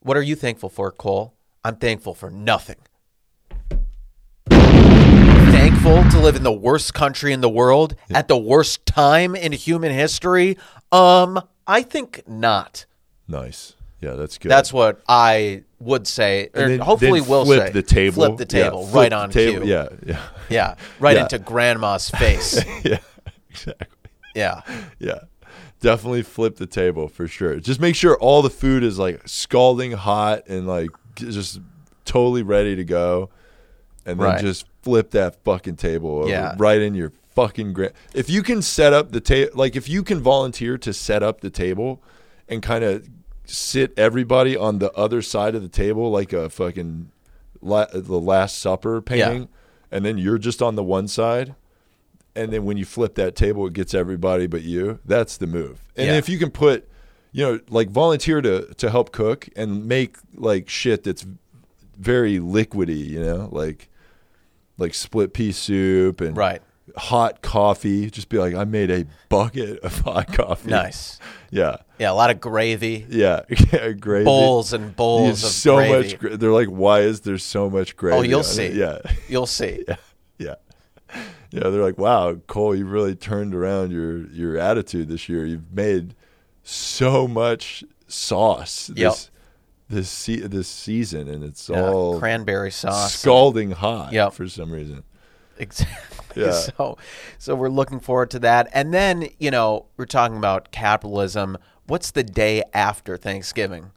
[SPEAKER 2] What are you thankful for, Cole? I'm thankful for nothing. Thankful to live in the worst country in the world at the worst time in human history? Um, I think not.
[SPEAKER 1] Nice. Yeah, that's good.
[SPEAKER 2] That's what I would say, or
[SPEAKER 1] And then-
[SPEAKER 2] hopefully
[SPEAKER 1] then
[SPEAKER 2] will
[SPEAKER 1] flip
[SPEAKER 2] say.
[SPEAKER 1] the table.
[SPEAKER 2] Flip the
[SPEAKER 1] Yeah,
[SPEAKER 2] table
[SPEAKER 1] flip
[SPEAKER 2] right
[SPEAKER 1] the
[SPEAKER 2] on
[SPEAKER 1] table.
[SPEAKER 2] cue.
[SPEAKER 1] Yeah, yeah,
[SPEAKER 2] yeah, right
[SPEAKER 1] Yeah.
[SPEAKER 2] into Grandma's face.
[SPEAKER 1] yeah. Exactly.
[SPEAKER 2] yeah,
[SPEAKER 1] Yeah, definitely flip the table for sure. Just make sure all the food is like scalding hot and like just totally ready to go, and then
[SPEAKER 2] Right.
[SPEAKER 1] just flip that fucking table over
[SPEAKER 2] Yeah.
[SPEAKER 1] right in your fucking gra- If you can set up the table, like if you can volunteer to set up the table, and kind of sit everybody on the other side of the table like a fucking la- the Last Supper painting, and then you're just on the one side and then when you flip that table, it gets everybody but you. That's the move. And
[SPEAKER 2] Yeah.
[SPEAKER 1] if you can put, you know, like volunteer to to help cook and make like shit that's very liquidy, you know, like like split pea soup and
[SPEAKER 2] right.
[SPEAKER 1] hot coffee. Just be like, I made a bucket of hot coffee.
[SPEAKER 2] Nice.
[SPEAKER 1] Yeah,
[SPEAKER 2] Yeah, a lot of gravy,
[SPEAKER 1] yeah, yeah. Gravy.
[SPEAKER 2] bowls and bowls
[SPEAKER 1] There's
[SPEAKER 2] of
[SPEAKER 1] so
[SPEAKER 2] gravy.
[SPEAKER 1] much. Gra- they're like, why is there so much gravy?
[SPEAKER 2] Oh, you'll
[SPEAKER 1] on
[SPEAKER 2] see.
[SPEAKER 1] it? Yeah,
[SPEAKER 2] You'll see.
[SPEAKER 1] Yeah. Yeah, they're like, "Wow, Cole, you really turned around your your attitude this year. You've made so much sauce
[SPEAKER 2] Yep.
[SPEAKER 1] this this se- this season, and it's
[SPEAKER 2] Yeah,
[SPEAKER 1] all
[SPEAKER 2] cranberry sauce.
[SPEAKER 1] scalding hot
[SPEAKER 2] Yep.
[SPEAKER 1] for some reason."
[SPEAKER 2] Exactly.
[SPEAKER 1] Yeah.
[SPEAKER 2] So, so we're looking forward to that. And then, you know, we're talking about capitalism. What's the day after Thanksgiving?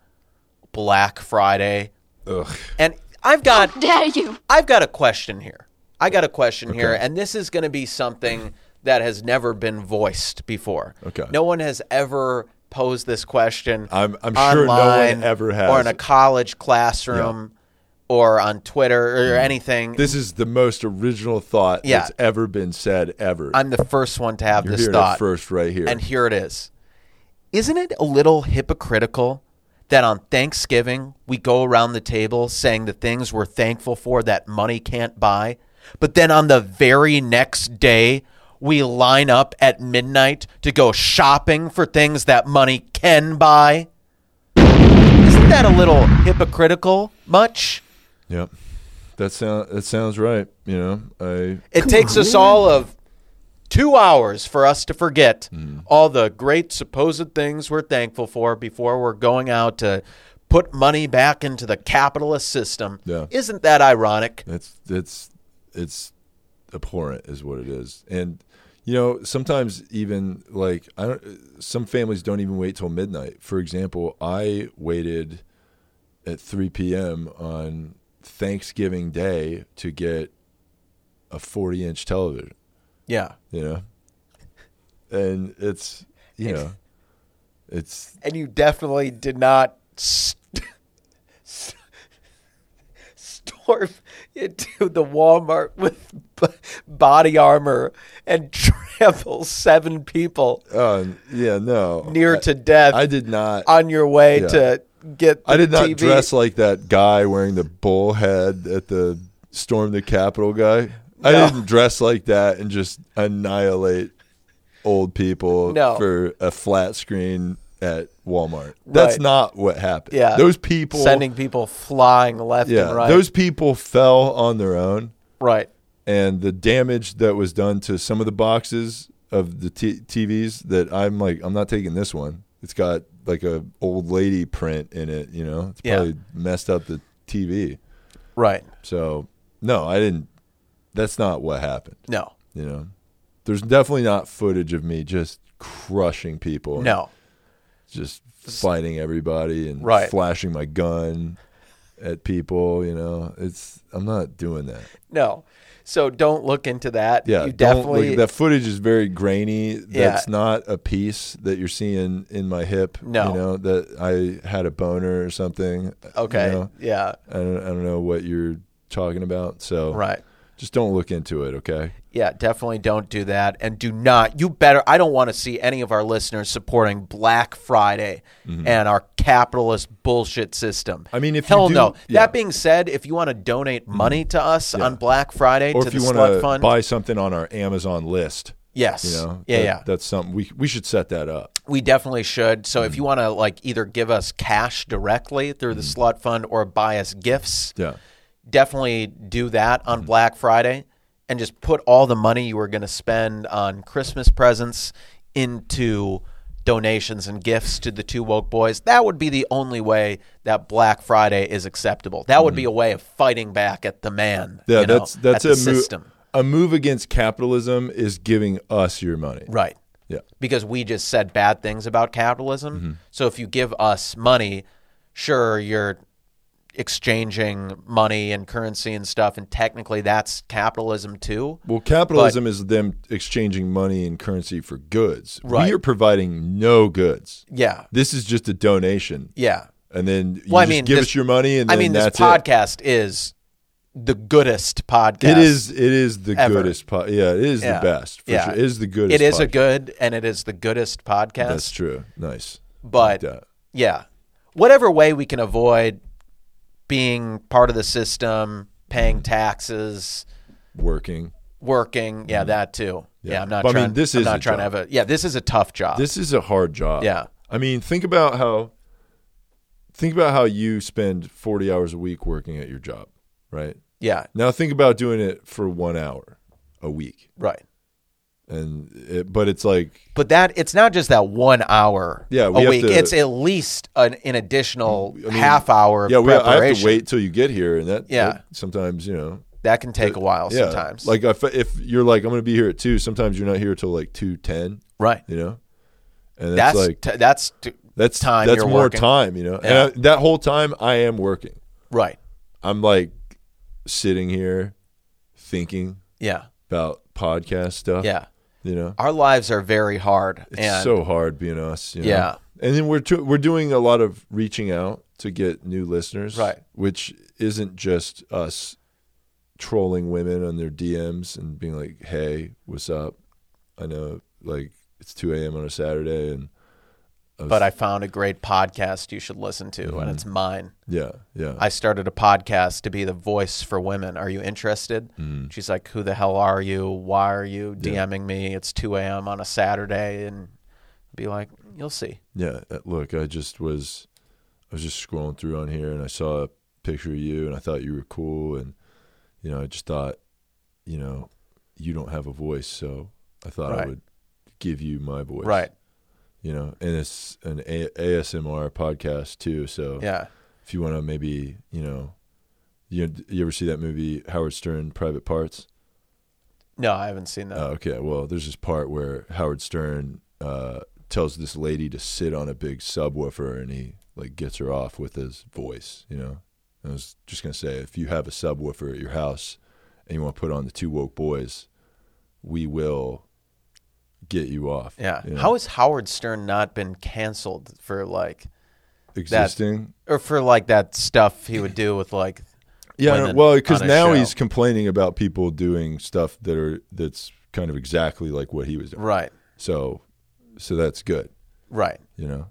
[SPEAKER 2] Black Friday.
[SPEAKER 1] Ugh.
[SPEAKER 2] And I've got
[SPEAKER 3] dare you?
[SPEAKER 2] I've got a question here. I got a question here, and this is going to be something that has never been voiced before.
[SPEAKER 1] Okay.
[SPEAKER 2] No one has ever posed this question.
[SPEAKER 1] I'm- I'm sure no one
[SPEAKER 2] online
[SPEAKER 1] ever has.
[SPEAKER 2] or in a college classroom, or on Twitter
[SPEAKER 1] Mm-hmm.
[SPEAKER 2] or anything.
[SPEAKER 1] This is the most original thought
[SPEAKER 2] Yeah.
[SPEAKER 1] that's ever been said ever.
[SPEAKER 2] I'm the first one to have
[SPEAKER 1] You're
[SPEAKER 2] this
[SPEAKER 1] hearing it
[SPEAKER 2] thought.
[SPEAKER 1] first right here.
[SPEAKER 2] And here it is. Isn't it a little hypocritical that on Thanksgiving we go around the table saying the things we're thankful for that money can't buy, but then on the very next day we line up at midnight to go shopping for things that money can buy? Isn't that a little hypocritical? Much?
[SPEAKER 1] yep. That sound that sounds right. You know, I
[SPEAKER 2] It takes us all of two hours for us to forget
[SPEAKER 1] Hmm.
[SPEAKER 2] all the great supposed things we're thankful for before we're going out to put money back into the capitalist system.
[SPEAKER 1] Yeah.
[SPEAKER 2] Isn't that ironic?
[SPEAKER 1] That's that's it's abhorrent, is what it is. And you know, sometimes even like I don't. Some families don't even wait till midnight. For example, I waited at 3 p.m. on Thanksgiving Day to get a 40 inch television.
[SPEAKER 2] Yeah.
[SPEAKER 1] You know, and it's you know, it's
[SPEAKER 2] And you definitely did not st- st- storm into the Walmart with b- body armor and trample seven people
[SPEAKER 1] uh, yeah no
[SPEAKER 2] near
[SPEAKER 1] I-
[SPEAKER 2] to death.
[SPEAKER 1] I did not
[SPEAKER 2] on your way
[SPEAKER 1] Yeah.
[SPEAKER 2] to get. The
[SPEAKER 1] I did not
[SPEAKER 2] TV.
[SPEAKER 1] dress like that guy wearing the bull head at the storm the Capitol guy. I
[SPEAKER 2] No.
[SPEAKER 1] didn't dress like that and just annihilate old people
[SPEAKER 2] No.
[SPEAKER 1] for a flat screen at Walmart. That's
[SPEAKER 2] Right.
[SPEAKER 1] not what happened.
[SPEAKER 2] Yeah.
[SPEAKER 1] Those people
[SPEAKER 2] sending people flying left
[SPEAKER 1] yeah,
[SPEAKER 2] and right.
[SPEAKER 1] those people fell on their own
[SPEAKER 2] right.
[SPEAKER 1] and the damage that was done to some of the boxes of the t- TVs that I'm like, I'm not taking this one. It's got like a old lady print in it, you know. It's
[SPEAKER 2] Yeah.
[SPEAKER 1] probably messed up the TV.
[SPEAKER 2] Right.
[SPEAKER 1] So no, I didn't. That's not what happened.
[SPEAKER 2] No.
[SPEAKER 1] You know, there's definitely not footage of me just crushing people. and
[SPEAKER 2] No.
[SPEAKER 1] just fighting everybody and
[SPEAKER 2] Right.
[SPEAKER 1] flashing my gun at people. You know, it's I'm not doing that.
[SPEAKER 2] No. So don't look into that.
[SPEAKER 1] Yeah,
[SPEAKER 2] you
[SPEAKER 1] don't-
[SPEAKER 2] definitely
[SPEAKER 1] like, that footage is very grainy.
[SPEAKER 2] Yeah.
[SPEAKER 1] That's not a piece that you're seeing in my hip.
[SPEAKER 2] No.
[SPEAKER 1] you know that I had a boner or something.
[SPEAKER 2] okay.
[SPEAKER 1] you know?
[SPEAKER 2] Yeah,
[SPEAKER 1] I don't, I don't know what you're talking about. So
[SPEAKER 2] right.
[SPEAKER 1] just don't look into it. Okay.
[SPEAKER 2] Yeah, definitely don't do that. And do not, you better, I don't want to see any of our listeners supporting Black Friday and our capitalist bullshit system.
[SPEAKER 1] Mm-hmm. I mean, if you
[SPEAKER 2] Hell
[SPEAKER 1] do-
[SPEAKER 2] no.
[SPEAKER 1] yeah. Mm-hmm.
[SPEAKER 2] That being said, if you want to donate money to us on Black Friday
[SPEAKER 1] Or
[SPEAKER 2] to
[SPEAKER 1] if
[SPEAKER 2] the
[SPEAKER 1] you want
[SPEAKER 2] Slut
[SPEAKER 1] to
[SPEAKER 2] Fund,
[SPEAKER 1] buy something on our Amazon list,
[SPEAKER 2] yes.
[SPEAKER 1] you know,
[SPEAKER 2] yeah,
[SPEAKER 1] that-
[SPEAKER 2] yeah.
[SPEAKER 1] that's something we we should set that up.
[SPEAKER 2] We definitely should. So if
[SPEAKER 1] Mm.
[SPEAKER 2] you want to like either give us cash directly through the slot fund or buy us gifts,
[SPEAKER 1] Yeah. Mm-hmm.
[SPEAKER 2] definitely do that on Black Friday and just put all the money you were going to spend on Christmas presents into donations and gifts to the two woke boys. That would be the only way that Black Friday is acceptable. That would be a way of fighting back at the man.
[SPEAKER 1] Mm-hmm. Yeah,
[SPEAKER 2] you know,
[SPEAKER 1] that's that's
[SPEAKER 2] at
[SPEAKER 1] a
[SPEAKER 2] the
[SPEAKER 1] move.
[SPEAKER 2] system.
[SPEAKER 1] A move against capitalism is giving us your money.
[SPEAKER 2] Right.
[SPEAKER 1] Yeah. Mm-hmm.
[SPEAKER 2] because we just said bad things about capitalism. So if you give us money, sure, you're exchanging money and currency and stuff, and technically that's capitalism too.
[SPEAKER 1] Well, capitalism is them exchanging money and currency for goods.
[SPEAKER 2] Right.
[SPEAKER 1] We are providing no goods.
[SPEAKER 2] Yeah,
[SPEAKER 1] This is just a donation,
[SPEAKER 2] yeah.
[SPEAKER 1] and then you
[SPEAKER 2] Well, I
[SPEAKER 1] just
[SPEAKER 2] mean,
[SPEAKER 1] give
[SPEAKER 2] this-
[SPEAKER 1] us your money, and
[SPEAKER 2] I
[SPEAKER 1] then
[SPEAKER 2] mean, this
[SPEAKER 1] that's it.
[SPEAKER 2] podcast is the goodest podcast.
[SPEAKER 1] It is it is the
[SPEAKER 2] Ever.
[SPEAKER 1] goodest po- yeah it is
[SPEAKER 2] Yeah.
[SPEAKER 1] the best for
[SPEAKER 2] Yeah.
[SPEAKER 1] sure. it is the goodest
[SPEAKER 2] It is a
[SPEAKER 1] podcast.
[SPEAKER 2] good, and it is the goodest podcast.
[SPEAKER 1] that's true nice
[SPEAKER 2] But
[SPEAKER 1] Like that.
[SPEAKER 2] yeah, whatever way we can avoid being part of the system, paying taxes,
[SPEAKER 1] working
[SPEAKER 2] working. Yeah, that too. Yeah, I'm not
[SPEAKER 1] Mm-hmm. But I
[SPEAKER 2] trying.
[SPEAKER 1] mean, this
[SPEAKER 2] I'm
[SPEAKER 1] is
[SPEAKER 2] not
[SPEAKER 1] a
[SPEAKER 2] trying to
[SPEAKER 1] job.
[SPEAKER 2] have a. Yeah, this is a tough job.
[SPEAKER 1] this is a hard job
[SPEAKER 2] Yeah.
[SPEAKER 1] I mean think about how think about how you spend forty hours a week working at your job right
[SPEAKER 2] yeah,
[SPEAKER 1] now think about doing it for one hour a week
[SPEAKER 2] right.
[SPEAKER 1] and it, but it's like
[SPEAKER 2] But that it's not just that one hour.
[SPEAKER 1] Yeah, we
[SPEAKER 2] a
[SPEAKER 1] have
[SPEAKER 2] week.
[SPEAKER 1] to-
[SPEAKER 2] it's at least an, an additional
[SPEAKER 1] I mean,
[SPEAKER 2] half hour. Of
[SPEAKER 1] yeah we I have
[SPEAKER 2] preparation.
[SPEAKER 1] to wait till you get here and that
[SPEAKER 2] Yeah.
[SPEAKER 1] that sometimes you know
[SPEAKER 2] That can take a while sometimes.
[SPEAKER 1] Uh, like if, if you're like I'm gonna be here at two sometimes you're not here till like two ten
[SPEAKER 2] right.
[SPEAKER 1] you know and it's
[SPEAKER 2] That's
[SPEAKER 1] like
[SPEAKER 2] t- that's t-
[SPEAKER 1] that's
[SPEAKER 2] time
[SPEAKER 1] that's
[SPEAKER 2] you're
[SPEAKER 1] more
[SPEAKER 2] working.
[SPEAKER 1] time you know
[SPEAKER 2] Yeah.
[SPEAKER 1] and I, that whole time i am working
[SPEAKER 2] right.
[SPEAKER 1] i'm like sitting here thinking
[SPEAKER 2] Yeah,
[SPEAKER 1] about podcast stuff
[SPEAKER 2] yeah.
[SPEAKER 1] you know
[SPEAKER 2] Our lives are very hard.
[SPEAKER 1] it's
[SPEAKER 2] and
[SPEAKER 1] so hard being us you know?
[SPEAKER 2] Yeah.
[SPEAKER 1] and then we're to, we're doing a lot of reaching out to get new listeners
[SPEAKER 2] Right.
[SPEAKER 1] which isn't just us trolling women on their dms and being like hey what's up i know like it's 2 a.m on a saturday and
[SPEAKER 2] but I found a great podcast you should listen to,
[SPEAKER 1] Mm-hmm.
[SPEAKER 2] and it's mine.
[SPEAKER 1] yeah yeah
[SPEAKER 2] I started a podcast to be the voice for women. Are you interested?
[SPEAKER 1] Hmm.
[SPEAKER 2] She's like, Who the hell are you? Why are you DMing me? It's 2 a.m. on a Saturday. And be like, You'll see.
[SPEAKER 1] Yeah, uh, look, I just was, I was just scrolling through on here, and I saw a picture of you, and I thought you were cool, and you know, I just thought, you know, you don't have a voice, so I thought I
[SPEAKER 2] Right.
[SPEAKER 1] would give you my voice,
[SPEAKER 2] Right.
[SPEAKER 1] You know, and it's an a- ASMR podcast too, so
[SPEAKER 2] Yeah.
[SPEAKER 1] if you want to maybe, you know, you you ever see that movie Howard Stern Private Parts?
[SPEAKER 2] No, I haven't seen that.
[SPEAKER 1] Oh, okay. Well, there's this part where Howard Stern uh, tells this lady to sit on a big subwoofer, and he like gets her off with his voice. You know, I was just gonna say, if you have a subwoofer at your house and you want to put on the two woke boys, we will get you off.
[SPEAKER 2] yeah.
[SPEAKER 1] you know?
[SPEAKER 2] How has Howard Stern not been canceled for like,
[SPEAKER 1] existing?
[SPEAKER 2] or for like that stuff he would do with like,
[SPEAKER 1] yeah. I
[SPEAKER 2] women
[SPEAKER 1] don't- Well, because
[SPEAKER 2] on a
[SPEAKER 1] now
[SPEAKER 2] show?
[SPEAKER 1] he's complaining about people doing stuff that are that's kind of exactly like what he was doing.
[SPEAKER 2] Right.
[SPEAKER 1] So, so that's good.
[SPEAKER 2] Right.
[SPEAKER 1] You know.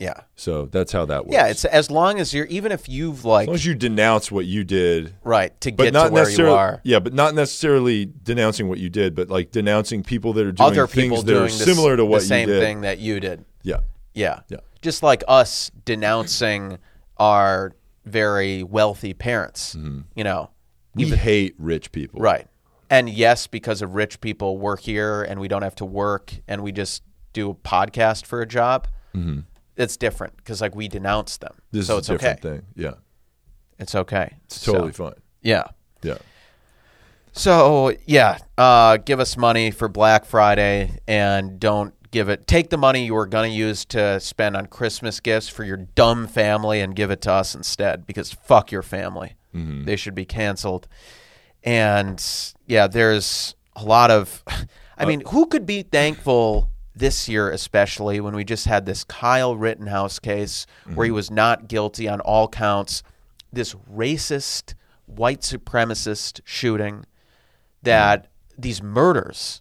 [SPEAKER 2] Yeah.
[SPEAKER 1] So that's how that works.
[SPEAKER 2] Yeah. It's as long as you're, even if you've
[SPEAKER 1] As
[SPEAKER 2] like,
[SPEAKER 1] long as you denounce what you did,
[SPEAKER 2] right, to
[SPEAKER 1] but
[SPEAKER 2] get
[SPEAKER 1] not
[SPEAKER 2] to where you
[SPEAKER 1] necessarily,
[SPEAKER 2] are.
[SPEAKER 1] yeah, but not necessarily denouncing what you did, but like denouncing people that are doing
[SPEAKER 2] other people
[SPEAKER 1] things that
[SPEAKER 2] doing
[SPEAKER 1] are
[SPEAKER 2] the s-
[SPEAKER 1] similar to what
[SPEAKER 2] the same
[SPEAKER 1] you did.
[SPEAKER 2] thing that you did.
[SPEAKER 1] Yeah,
[SPEAKER 2] Yeah.
[SPEAKER 1] Yeah.
[SPEAKER 2] Just like us denouncing our very wealthy parents,
[SPEAKER 1] Mm-hmm.
[SPEAKER 2] you know.
[SPEAKER 1] we hate rich people.
[SPEAKER 2] Right. And yes, because of rich people, we're here and we don't have to work and we just do a podcast for a job. Mm-hmm. It's different because, like, we denounce them.
[SPEAKER 1] This
[SPEAKER 2] so
[SPEAKER 1] is
[SPEAKER 2] it's
[SPEAKER 1] a different
[SPEAKER 2] okay.
[SPEAKER 1] thing. Yeah,
[SPEAKER 2] It's okay.
[SPEAKER 1] it's totally
[SPEAKER 2] So,
[SPEAKER 1] fine.
[SPEAKER 2] yeah.
[SPEAKER 1] Yeah,
[SPEAKER 2] So, yeah, uh, give us money for Black Friday and don't give it take the money you were going to use to spend on Christmas gifts for your dumb family and give it to us instead because fuck your family. They should be canceled. And yeah, there's a lot of I mean, who could be thankful this year especially when we just had this Kyle Rittenhouse case where he was not guilty on all counts, this racist white supremacist shooting that these murders,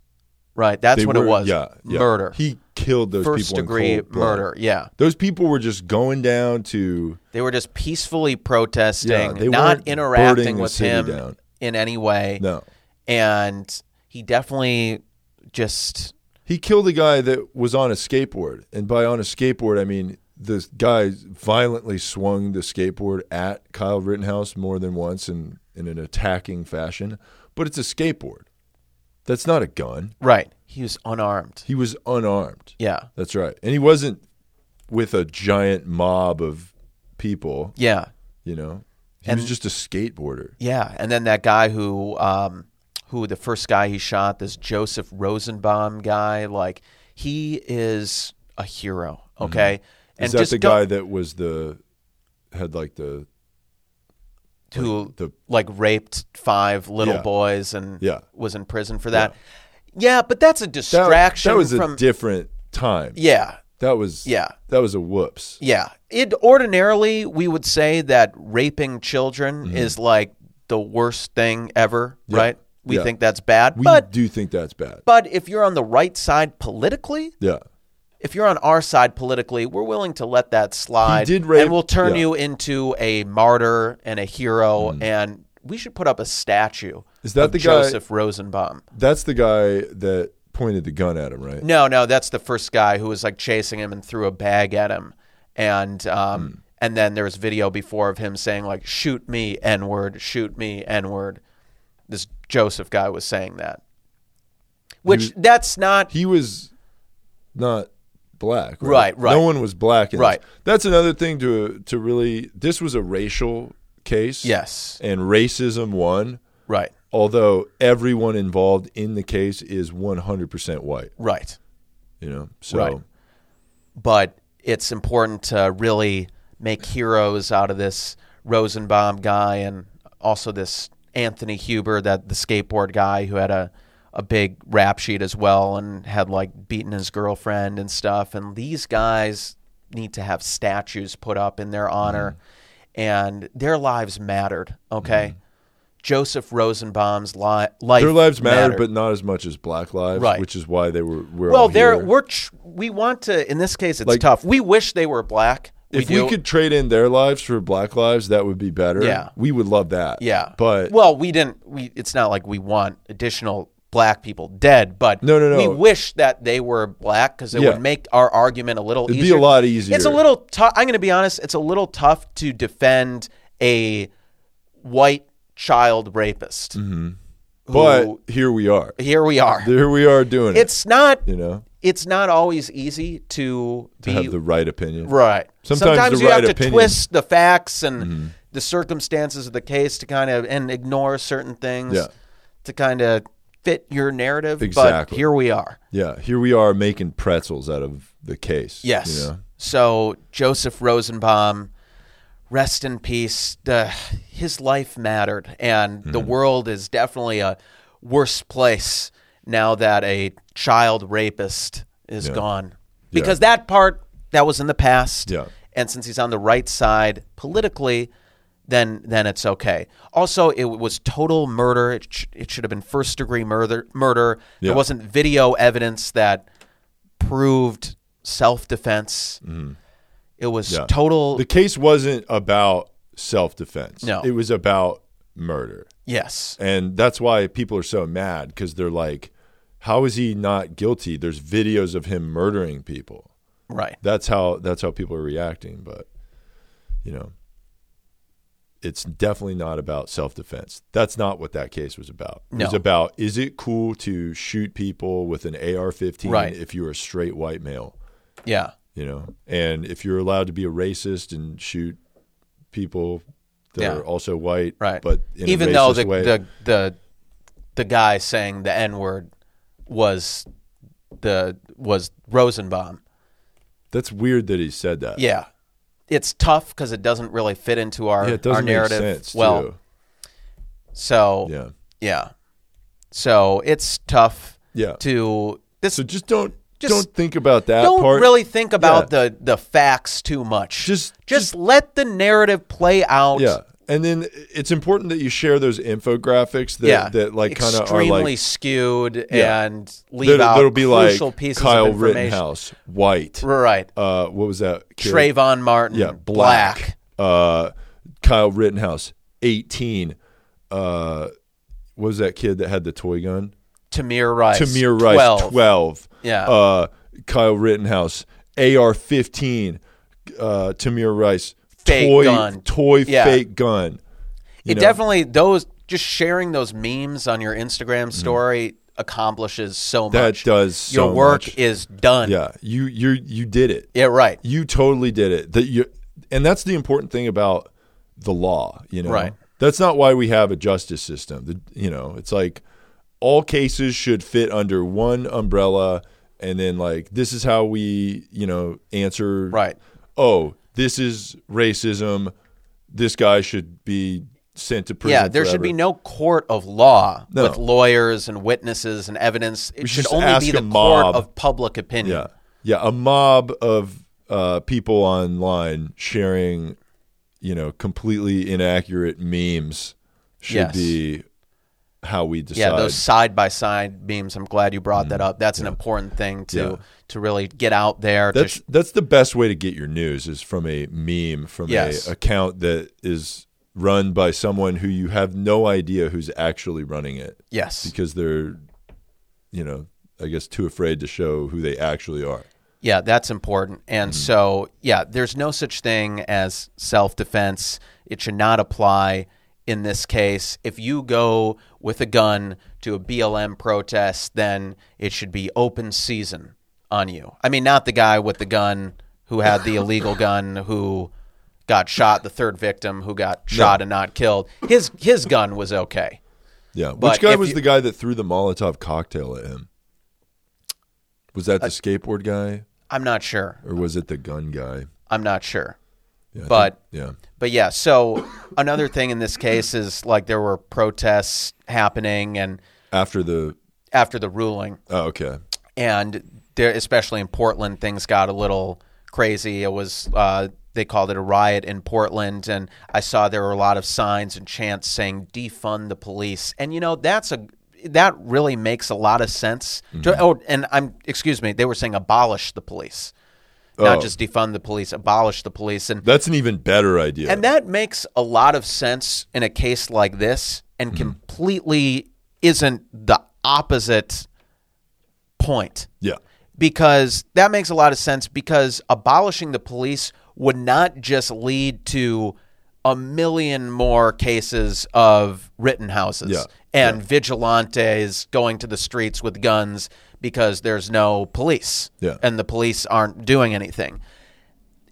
[SPEAKER 2] right? That's
[SPEAKER 1] They
[SPEAKER 2] what
[SPEAKER 1] were-
[SPEAKER 2] it was.
[SPEAKER 1] Yeah, yeah.
[SPEAKER 2] Murder
[SPEAKER 1] He killed those
[SPEAKER 2] first
[SPEAKER 1] people in
[SPEAKER 2] degree
[SPEAKER 1] cold blood.
[SPEAKER 2] murder. Yeah,
[SPEAKER 1] Those people were just going down to
[SPEAKER 2] they were just peacefully protesting,
[SPEAKER 1] Yeah, they
[SPEAKER 2] not
[SPEAKER 1] weren't
[SPEAKER 2] interacting
[SPEAKER 1] burning the
[SPEAKER 2] with
[SPEAKER 1] city
[SPEAKER 2] him
[SPEAKER 1] down.
[SPEAKER 2] in any way.
[SPEAKER 1] no.
[SPEAKER 2] And he definitely just
[SPEAKER 1] He killed a guy that was on a skateboard, and by on a skateboard, I mean the guy violently swung the skateboard at Kyle Rittenhouse more than once in, in an attacking fashion. But it's a skateboard. That's not a gun.
[SPEAKER 2] right. He was unarmed.
[SPEAKER 1] He was unarmed.
[SPEAKER 2] Yeah,
[SPEAKER 1] That's right, and he wasn't with a giant mob of people.
[SPEAKER 2] yeah,
[SPEAKER 1] You know, he was just a skateboarder.
[SPEAKER 2] yeah. And then that guy who, um, who the first guy he shot, this Joseph Rosenbaum guy, like he is a hero. Okay, and
[SPEAKER 1] Mm-hmm. Is that
[SPEAKER 2] just
[SPEAKER 1] the
[SPEAKER 2] don't-
[SPEAKER 1] guy that was the had like the
[SPEAKER 2] who
[SPEAKER 1] the-
[SPEAKER 2] like raped five little
[SPEAKER 1] Yeah.
[SPEAKER 2] boys and
[SPEAKER 1] Yeah.
[SPEAKER 2] was in prison for that. Yeah, but that's a
[SPEAKER 1] that,
[SPEAKER 2] distraction
[SPEAKER 1] that was a
[SPEAKER 2] from
[SPEAKER 1] different time.
[SPEAKER 2] yeah,
[SPEAKER 1] That was
[SPEAKER 2] Yeah.
[SPEAKER 1] That was a whoops.
[SPEAKER 2] yeah. It ordinarily we would say that raping children is like the worst thing ever, right? We
[SPEAKER 1] Mm-hmm. Yeah.
[SPEAKER 2] think that's bad,
[SPEAKER 1] We
[SPEAKER 2] but
[SPEAKER 1] do think that's bad.
[SPEAKER 2] but if you're on the right side politically,
[SPEAKER 1] yeah.
[SPEAKER 2] if you're on our side politically, we're willing to let that slide.
[SPEAKER 1] He did rape-
[SPEAKER 2] and we'll turn
[SPEAKER 1] yeah. Mm.
[SPEAKER 2] you into a martyr and a hero, and we should put up a statue.
[SPEAKER 1] Is that
[SPEAKER 2] of
[SPEAKER 1] the guy-
[SPEAKER 2] Joseph Rosenbaum?
[SPEAKER 1] That's the guy that pointed the gun at him, right?
[SPEAKER 2] No, no, that's the first guy who was like chasing him and threw a bag at him, and um,
[SPEAKER 1] Mm.
[SPEAKER 2] and then there was video before of him saying like, "Shoot me, n word, shoot me, n word." This Joseph guy was saying that, which that's not
[SPEAKER 1] He was not black. Right,
[SPEAKER 2] Right, right.
[SPEAKER 1] No one was black. In
[SPEAKER 2] Right.
[SPEAKER 1] this. That's another thing to to really. This was a racial case.
[SPEAKER 2] yes,
[SPEAKER 1] And racism won,
[SPEAKER 2] right,
[SPEAKER 1] although everyone involved in the case is 100% white.
[SPEAKER 2] right.
[SPEAKER 1] You know. So
[SPEAKER 2] Right. but it's important to really make heroes out of this Rosenbaum guy and also this Anthony Huber, that the skateboard guy who had a, a big rap sheet as well and had like beaten his girlfriend and stuff. And these guys need to have statues put up in their honor,
[SPEAKER 1] Mm-hmm.
[SPEAKER 2] and their lives mattered. Okay, Joseph Rosenbaum's li- life.
[SPEAKER 1] their lives mattered,
[SPEAKER 2] mattered.
[SPEAKER 1] but not as much as black lives,
[SPEAKER 2] Right.
[SPEAKER 1] which is why they were. We're
[SPEAKER 2] Well,
[SPEAKER 1] all
[SPEAKER 2] there
[SPEAKER 1] here.
[SPEAKER 2] we're tr- we want to. In this case, it's
[SPEAKER 1] Like-
[SPEAKER 2] tough. We wish they were black. We
[SPEAKER 1] if
[SPEAKER 2] do.
[SPEAKER 1] we could trade in their lives for black lives, that would be better.
[SPEAKER 2] Yeah.
[SPEAKER 1] We would love that.
[SPEAKER 2] yeah.
[SPEAKER 1] But
[SPEAKER 2] well, we didn't. We it's not like we want additional black people dead, but
[SPEAKER 1] No, no, no.
[SPEAKER 2] We wish that they were black because it
[SPEAKER 1] Yeah.
[SPEAKER 2] would make our argument a little.
[SPEAKER 1] it'd
[SPEAKER 2] easier.
[SPEAKER 1] be a lot easier.
[SPEAKER 2] It's a little tough. I'm going to be honest. It's a little tough to defend a white child rapist.
[SPEAKER 1] Mm-hmm. But here we are.
[SPEAKER 2] Here we are.
[SPEAKER 1] Here we are doing
[SPEAKER 2] It's not.
[SPEAKER 1] it. You know,
[SPEAKER 2] It's not always easy to
[SPEAKER 1] to
[SPEAKER 2] be
[SPEAKER 1] have the right opinion.
[SPEAKER 2] Right.
[SPEAKER 1] Sometimes the
[SPEAKER 2] you
[SPEAKER 1] right
[SPEAKER 2] have to
[SPEAKER 1] opinion- Mm-hmm.
[SPEAKER 2] twist the facts and the circumstances of the case to kind of and ignore certain things
[SPEAKER 1] Yeah.
[SPEAKER 2] to kind of fit your narrative. But
[SPEAKER 1] Exactly.
[SPEAKER 2] here we are.
[SPEAKER 1] Yeah. Here we are making pretzels out of the case.
[SPEAKER 2] Yes.
[SPEAKER 1] You know?
[SPEAKER 2] So Joseph Rosenbaum, rest in peace. The, his life mattered, and the
[SPEAKER 1] Mm-hmm.
[SPEAKER 2] world is definitely a worse place now that a child rapist is gone. Because that part that was in the past,
[SPEAKER 1] Yeah.
[SPEAKER 2] and since he's on the right side politically, then then it's okay. Also, it was total murder. It, sh- it should have been first degree murder. Murder.
[SPEAKER 1] Yeah.
[SPEAKER 2] There wasn't video evidence that proved self defense. It was
[SPEAKER 1] Mm-hmm. Yeah.
[SPEAKER 2] total.
[SPEAKER 1] The case wasn't about self defense.
[SPEAKER 2] No.
[SPEAKER 1] It was about murder.
[SPEAKER 2] yes.
[SPEAKER 1] And that's why people are so mad because they're like, how is he not guilty? There's videos of him murdering people.
[SPEAKER 2] Right.
[SPEAKER 1] that's how that's how people are reacting but you know it's definitely not about self-defense that's not what that case was about it was
[SPEAKER 2] No.
[SPEAKER 1] about is it cool to shoot people with an ar-15
[SPEAKER 2] Right.
[SPEAKER 1] if you're a straight white male
[SPEAKER 2] Yeah.
[SPEAKER 1] you know and if you're allowed to be a racist and shoot people that
[SPEAKER 2] Yeah.
[SPEAKER 1] are also white
[SPEAKER 2] Right.
[SPEAKER 1] but in
[SPEAKER 2] even
[SPEAKER 1] a racist
[SPEAKER 2] though the,
[SPEAKER 1] way
[SPEAKER 2] the the the guy saying the n word was the was Rosenbaum.
[SPEAKER 1] That's weird that he said that.
[SPEAKER 2] Yeah, it's tough because it doesn't really fit into our
[SPEAKER 1] Yeah, it doesn't
[SPEAKER 2] our narrative
[SPEAKER 1] make sense.
[SPEAKER 2] well.
[SPEAKER 1] too.
[SPEAKER 2] So
[SPEAKER 1] yeah,
[SPEAKER 2] yeah. so it's tough
[SPEAKER 1] yeah.
[SPEAKER 2] to this.
[SPEAKER 1] So just don't
[SPEAKER 2] Just
[SPEAKER 1] don't think about that
[SPEAKER 2] don't
[SPEAKER 1] part.
[SPEAKER 2] really think about the the facts too much.
[SPEAKER 1] Just-
[SPEAKER 2] just let the narrative play out.
[SPEAKER 1] yeah. And then it's important that you share those infographics that that like kind of are
[SPEAKER 2] extremely
[SPEAKER 1] like
[SPEAKER 2] skewed
[SPEAKER 1] Yeah.
[SPEAKER 2] and leave
[SPEAKER 1] that,
[SPEAKER 2] out
[SPEAKER 1] that'll be like
[SPEAKER 2] crucial pieces
[SPEAKER 1] Kyle
[SPEAKER 2] of information.
[SPEAKER 1] Rittenhouse, White.
[SPEAKER 2] Right.
[SPEAKER 1] Uh, what was that? kid?
[SPEAKER 2] Trayvon Martin.
[SPEAKER 1] yeah, black. Uh, Kyle Rittenhouse, eighteen. Uh, what was that kid that had the toy gun?
[SPEAKER 2] Tamir Rice.
[SPEAKER 1] Tamir Rice,
[SPEAKER 2] 12.
[SPEAKER 1] twelve.
[SPEAKER 2] Yeah.
[SPEAKER 1] Uh, Kyle Rittenhouse, AR fifteen. Uh, Tamir Rice,
[SPEAKER 2] Fake
[SPEAKER 1] toy
[SPEAKER 2] gun.
[SPEAKER 1] toy
[SPEAKER 2] Yeah.
[SPEAKER 1] fake gun. You
[SPEAKER 2] it
[SPEAKER 1] know?
[SPEAKER 2] definitely those just sharing those memes on your Instagram story accomplishes so
[SPEAKER 1] Mm-hmm. that
[SPEAKER 2] much.
[SPEAKER 1] does so
[SPEAKER 2] your work
[SPEAKER 1] much.
[SPEAKER 2] is done.
[SPEAKER 1] Yeah, you you you did it.
[SPEAKER 2] Yeah, right.
[SPEAKER 1] You totally did it. That you, and that's the important thing about the law. You know,
[SPEAKER 2] Right.
[SPEAKER 1] That's not why we have a justice system. The, you know, it's like all cases should fit under one umbrella, and then like this is how we, you know, answer.
[SPEAKER 2] Right.
[SPEAKER 1] Oh, this is racism. This guy should be sent to prison.
[SPEAKER 2] yeah, there should
[SPEAKER 1] forever.
[SPEAKER 2] be no court of law
[SPEAKER 1] No.
[SPEAKER 2] with lawyers and witnesses and evidence. It should
[SPEAKER 1] just
[SPEAKER 2] only be
[SPEAKER 1] ask
[SPEAKER 2] the
[SPEAKER 1] a
[SPEAKER 2] court
[SPEAKER 1] mob.
[SPEAKER 2] of public opinion.
[SPEAKER 1] Yeah. Yeah. A mob of uh, people online sharing, you know, completely inaccurate memes should
[SPEAKER 2] Yes.
[SPEAKER 1] be how we decide.
[SPEAKER 2] Yeah, those side by side memes. I'm glad you brought that up. That's an important thing to
[SPEAKER 1] Mm. Yeah.
[SPEAKER 2] to really get out there. to
[SPEAKER 1] that's
[SPEAKER 2] sh-
[SPEAKER 1] that's the best way to get your news is from a meme, from
[SPEAKER 2] Yes.
[SPEAKER 1] a account that is run by someone who you have no idea who's actually running it
[SPEAKER 2] yes,
[SPEAKER 1] because they're you know, I guess too afraid to show who they actually are.
[SPEAKER 2] yeah, that's important. And
[SPEAKER 1] Mm-hmm.
[SPEAKER 2] so, yeah, there's no such thing as self defense. It should not apply in this case. If you go with a gun to a BLM protest, then it should be open season on you. I mean, not the guy with the gun who had the illegal gun who got shot, the third victim who got shot and not killed. His his gun was okay.
[SPEAKER 1] Yeah.
[SPEAKER 2] But
[SPEAKER 1] Which guy
[SPEAKER 2] if
[SPEAKER 1] was
[SPEAKER 2] you-
[SPEAKER 1] the guy that threw the Molotov cocktail at him? Was
[SPEAKER 2] Uh,
[SPEAKER 1] that the skateboard guy
[SPEAKER 2] I'm not sure.
[SPEAKER 1] or was it the gun guy?
[SPEAKER 2] I'm not sure.
[SPEAKER 1] Yeah, I think-
[SPEAKER 2] But
[SPEAKER 1] yeah.
[SPEAKER 2] but yeah, so another thing in this case is like there were protests happening and
[SPEAKER 1] After the
[SPEAKER 2] after the ruling
[SPEAKER 1] Oh, okay.
[SPEAKER 2] and there especially in Portland things got a little crazy. It was uh they called it a riot in Portland, and I saw there were a lot of signs and chants saying "defund the police." And you know, that's a that really makes a lot of sense. To, oh, and I'm excuse me, they were saying abolish the police, not
[SPEAKER 1] Oh.
[SPEAKER 2] just defund the police, abolish the police. And
[SPEAKER 1] That's an even better idea.
[SPEAKER 2] and that makes a lot of sense in a case like this and
[SPEAKER 1] Mm-hmm.
[SPEAKER 2] completely isn't the opposite point
[SPEAKER 1] yeah.
[SPEAKER 2] because that makes a lot of sense because abolishing the police would not just lead to a million more cases of Rittenhouses
[SPEAKER 1] Yeah,
[SPEAKER 2] and vigilantes going to the streets with guns because there's no police
[SPEAKER 1] Yeah.
[SPEAKER 2] and the police aren't doing anything.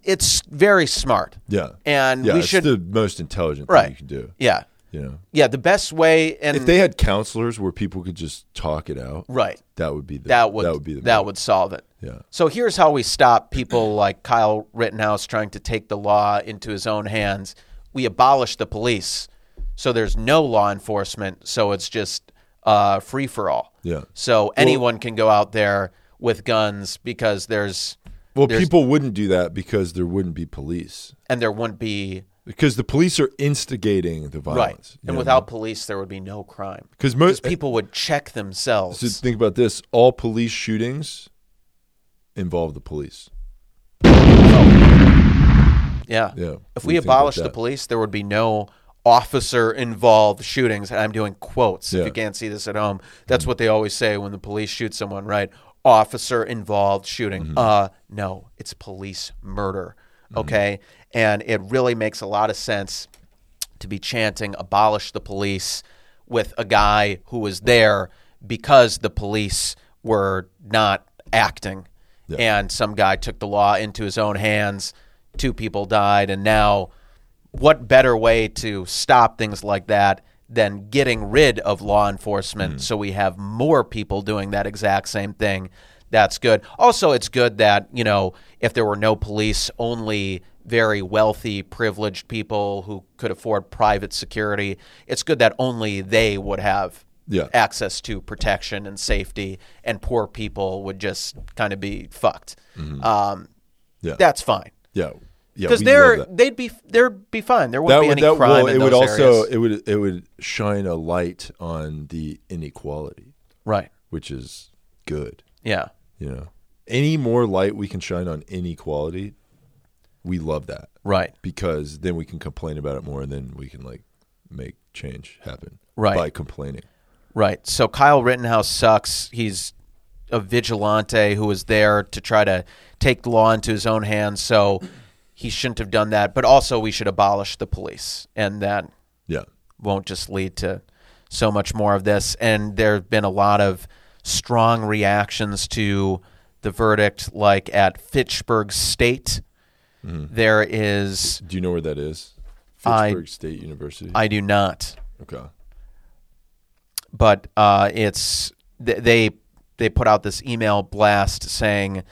[SPEAKER 2] It's very smart.
[SPEAKER 1] Yeah.
[SPEAKER 2] And
[SPEAKER 1] yeah,
[SPEAKER 2] we
[SPEAKER 1] it's
[SPEAKER 2] should
[SPEAKER 1] the most intelligent
[SPEAKER 2] Right. Mm.
[SPEAKER 1] thing you can do.
[SPEAKER 2] yeah.
[SPEAKER 1] You know.
[SPEAKER 2] Yeah, the best way and
[SPEAKER 1] If they had counselors where people could just talk it out,
[SPEAKER 2] right.
[SPEAKER 1] that would be the
[SPEAKER 2] That would that would,
[SPEAKER 1] be the
[SPEAKER 2] solve it.
[SPEAKER 1] Yeah.
[SPEAKER 2] So here's how we stop people like Kyle Rittenhouse trying to take the law into his own hands. We abolish the police. So there's no law enforcement, so it's just uh, free for all.
[SPEAKER 1] Yeah.
[SPEAKER 2] So anyone can go out there with guns because there's
[SPEAKER 1] Well, people wouldn't do that because there wouldn't be police.
[SPEAKER 2] and there wouldn't be
[SPEAKER 1] Because the police are instigating the
[SPEAKER 2] right.
[SPEAKER 1] violence. you
[SPEAKER 2] And
[SPEAKER 1] know?
[SPEAKER 2] without police there would be no crime.
[SPEAKER 1] because most
[SPEAKER 2] Because people would check themselves.
[SPEAKER 1] So think about this: all police shootings involve the police.
[SPEAKER 2] Yeah.
[SPEAKER 1] Yeah,
[SPEAKER 2] If
[SPEAKER 1] we
[SPEAKER 2] we
[SPEAKER 1] think about
[SPEAKER 2] abolished the
[SPEAKER 1] that.
[SPEAKER 2] police, there would be no officer involved shootings. And I'm doing quotes if
[SPEAKER 1] Yeah.
[SPEAKER 2] you can't see this at home. That's what they always say when the police shoot someone, right? Officer involved shooting. Uh no, it's police murder. Okay? And it really makes a lot of sense to be chanting abolish the police with a guy who was there because the police were not acting and some guy took the law into his own hands two people died and now what better way to stop things like that than
[SPEAKER 1] Hmm.
[SPEAKER 2] getting rid of law enforcement so we have more people doing that exact same thing that's good. Also, it's good that, you know, if there were no police, only very wealthy, privileged people who could afford private security, it's good that only they would have
[SPEAKER 1] Yeah.
[SPEAKER 2] access to protection and safety, and poor people would just kind of be fucked. Um,
[SPEAKER 1] Mm-hmm. Yeah.
[SPEAKER 2] That's fine.
[SPEAKER 1] yeah, yeah.
[SPEAKER 2] Because
[SPEAKER 1] we love
[SPEAKER 2] they're
[SPEAKER 1] that.
[SPEAKER 2] they'd be there'd be fine. There
[SPEAKER 1] that
[SPEAKER 2] wouldn't be
[SPEAKER 1] would
[SPEAKER 2] any
[SPEAKER 1] that
[SPEAKER 2] crime
[SPEAKER 1] well,
[SPEAKER 2] in
[SPEAKER 1] it would
[SPEAKER 2] those
[SPEAKER 1] also
[SPEAKER 2] areas.
[SPEAKER 1] it would it would shine a light on the inequality,
[SPEAKER 2] right.
[SPEAKER 1] which is good.
[SPEAKER 2] Yeah.
[SPEAKER 1] You know, any more light we can shine on inequality, we love that
[SPEAKER 2] Right.
[SPEAKER 1] because then we can complain about it more, and then we can like make change happen
[SPEAKER 2] Right.
[SPEAKER 1] by complaining.
[SPEAKER 2] Right. So Kyle Rittenhouse sucks. He's a vigilante who was there to try to take the law into his own hands. So he shouldn't have done that. But also, we should abolish the police, and that
[SPEAKER 1] Yeah,
[SPEAKER 2] won't just lead to so much more of this. And there have been a lot of strong reactions to the verdict, like at Fitchburg State.
[SPEAKER 1] Mm.
[SPEAKER 2] There is,
[SPEAKER 1] do you know where that is?
[SPEAKER 2] I-
[SPEAKER 1] Fitchburg State University.
[SPEAKER 2] I do not
[SPEAKER 1] okay.
[SPEAKER 2] but uh, it's th- they they put out this email blast saying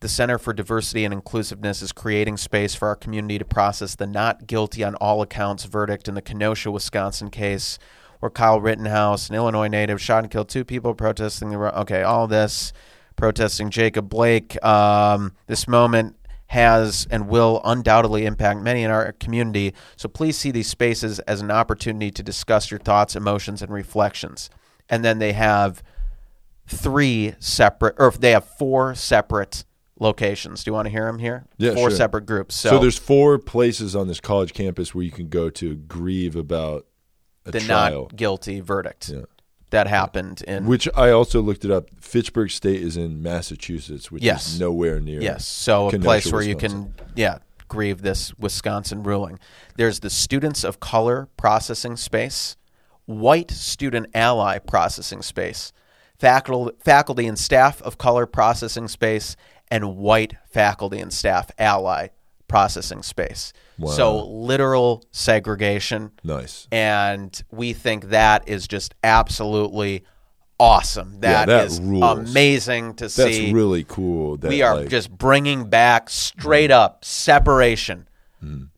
[SPEAKER 2] the Center for Diversity and Inclusiveness is creating space for our community to process the not guilty on all accounts verdict in the Kenosha, Wisconsin case where Kyle Rittenhouse, an Illinois native, shot and killed two people protesting the ro- okay all this protesting Jacob Blake. Um, this moment has and will undoubtedly impact many in our community, so please see these spaces as an opportunity to discuss your thoughts, emotions, and reflections. And then they have three separate, or they have four separate locations. Do you want to hear them here?
[SPEAKER 1] Yeah,
[SPEAKER 2] four
[SPEAKER 1] sure.
[SPEAKER 2] separate groups. So,
[SPEAKER 1] So, there's four places on this college campus where you can go to grieve about a
[SPEAKER 2] the
[SPEAKER 1] trial.
[SPEAKER 2] not guilty verdict
[SPEAKER 1] Yeah.
[SPEAKER 2] that happened in.
[SPEAKER 1] Which I also looked it up. Fitchburg State is in Massachusetts, which
[SPEAKER 2] Yes.
[SPEAKER 1] is nowhere near.
[SPEAKER 2] Yes, so a
[SPEAKER 1] Kenosha,
[SPEAKER 2] place where you
[SPEAKER 1] Wisconsin.
[SPEAKER 2] can, yeah, grieve this Wisconsin ruling. There's the Students of Color Processing Space, White Student Ally Processing Space, faculty, faculty and Staff of Color Processing Space, and White Faculty and Staff Ally Processing Space. So literal segregation
[SPEAKER 1] Nice.
[SPEAKER 2] and we think that is just absolutely awesome. That
[SPEAKER 1] that
[SPEAKER 2] is
[SPEAKER 1] rules.
[SPEAKER 2] amazing to
[SPEAKER 1] That's
[SPEAKER 2] see.
[SPEAKER 1] really cool. That,
[SPEAKER 2] we are
[SPEAKER 1] like, Mm.
[SPEAKER 2] just bringing back straight up separation.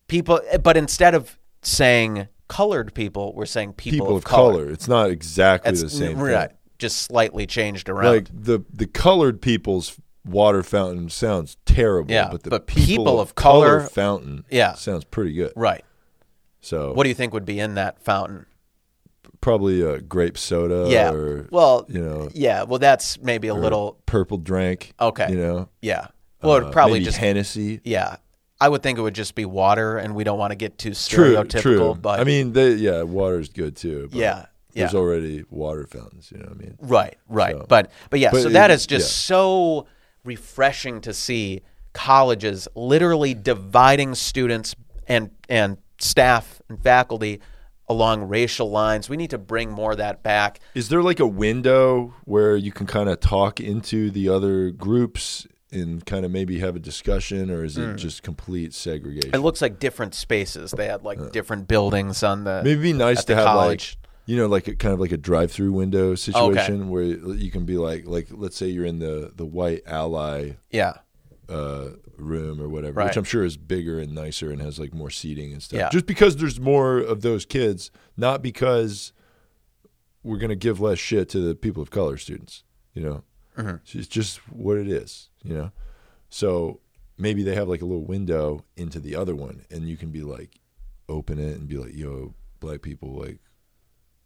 [SPEAKER 2] People, eh, but instead of saying colored people, we're saying people,
[SPEAKER 1] people
[SPEAKER 2] of color.
[SPEAKER 1] It's not exactly
[SPEAKER 2] It's
[SPEAKER 1] the same
[SPEAKER 2] right,
[SPEAKER 1] thing.
[SPEAKER 2] just slightly changed around.
[SPEAKER 1] Like the the colored people's water fountain sounds terrible.
[SPEAKER 2] Yeah,
[SPEAKER 1] but the
[SPEAKER 2] but
[SPEAKER 1] people,
[SPEAKER 2] people
[SPEAKER 1] of
[SPEAKER 2] of color-
[SPEAKER 1] fountain
[SPEAKER 2] Yeah.
[SPEAKER 1] sounds pretty good.
[SPEAKER 2] right.
[SPEAKER 1] So
[SPEAKER 2] What do you think would be in that fountain?
[SPEAKER 1] probably a grape soda
[SPEAKER 2] yeah.
[SPEAKER 1] or
[SPEAKER 2] well,
[SPEAKER 1] you know
[SPEAKER 2] yeah. Well, that's maybe a little.
[SPEAKER 1] purple drink.
[SPEAKER 2] Okay.
[SPEAKER 1] You know.
[SPEAKER 2] Yeah. Well, it'd
[SPEAKER 1] uh,
[SPEAKER 2] probably
[SPEAKER 1] maybe
[SPEAKER 2] just
[SPEAKER 1] Hennessy.
[SPEAKER 2] Yeah. I would think it would just be water, and we don't want to get too
[SPEAKER 1] True,
[SPEAKER 2] stereotypical.
[SPEAKER 1] true.
[SPEAKER 2] But
[SPEAKER 1] I mean, they, yeah, water's good too. But
[SPEAKER 2] Yeah, yeah.
[SPEAKER 1] There's already water fountains. You know what I mean?
[SPEAKER 2] right, right.
[SPEAKER 1] So-
[SPEAKER 2] but but yeah,
[SPEAKER 1] But
[SPEAKER 2] so that
[SPEAKER 1] it-
[SPEAKER 2] is just so refreshing to see colleges literally dividing students and and staff and faculty along racial lines. We need to bring more of that back.
[SPEAKER 1] Is there like a window where you can kind of talk into the other groups and kind of maybe have a discussion, or is it
[SPEAKER 2] Hmm.
[SPEAKER 1] just complete segregation?
[SPEAKER 2] It looks like different spaces. They had like different buildings on the
[SPEAKER 1] Maybe it'd be nice
[SPEAKER 2] at
[SPEAKER 1] to
[SPEAKER 2] the
[SPEAKER 1] have
[SPEAKER 2] college.
[SPEAKER 1] like you know like a, kind of like a drive-through window situation where you can be like like let's say you're in the the white ally
[SPEAKER 2] yeah.
[SPEAKER 1] uh, room or whatever,
[SPEAKER 2] Right.
[SPEAKER 1] which I'm sure is bigger and nicer and has like more seating and stuff.
[SPEAKER 2] Yeah.
[SPEAKER 1] Just because there's more of those kids, not because we're gonna give less shit to the people of color students. You know,
[SPEAKER 2] Mm-hmm.
[SPEAKER 1] it's just what it is. You know, so maybe they have like a little window into the other one, and you can be like, open it and be like, yo, black people, like,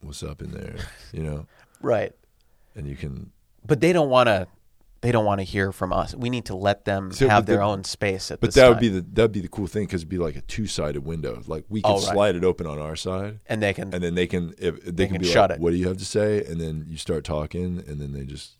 [SPEAKER 1] what's up in there? You know,
[SPEAKER 2] Right.
[SPEAKER 1] and you can.
[SPEAKER 2] But they don't want to they don't want to hear from us. We need to let them
[SPEAKER 1] So,
[SPEAKER 2] have
[SPEAKER 1] but
[SPEAKER 2] their
[SPEAKER 1] the-
[SPEAKER 2] own space at
[SPEAKER 1] But
[SPEAKER 2] this
[SPEAKER 1] that would
[SPEAKER 2] time.
[SPEAKER 1] be the that'd be the cool thing because it'd be like a two sided window. Like we could
[SPEAKER 2] Oh, right.
[SPEAKER 1] slide it open on our side,
[SPEAKER 2] and they can
[SPEAKER 1] and then they can if they, can,
[SPEAKER 2] can
[SPEAKER 1] be
[SPEAKER 2] shut
[SPEAKER 1] like,
[SPEAKER 2] it.
[SPEAKER 1] What do you have to say? And then you start talking, and then they just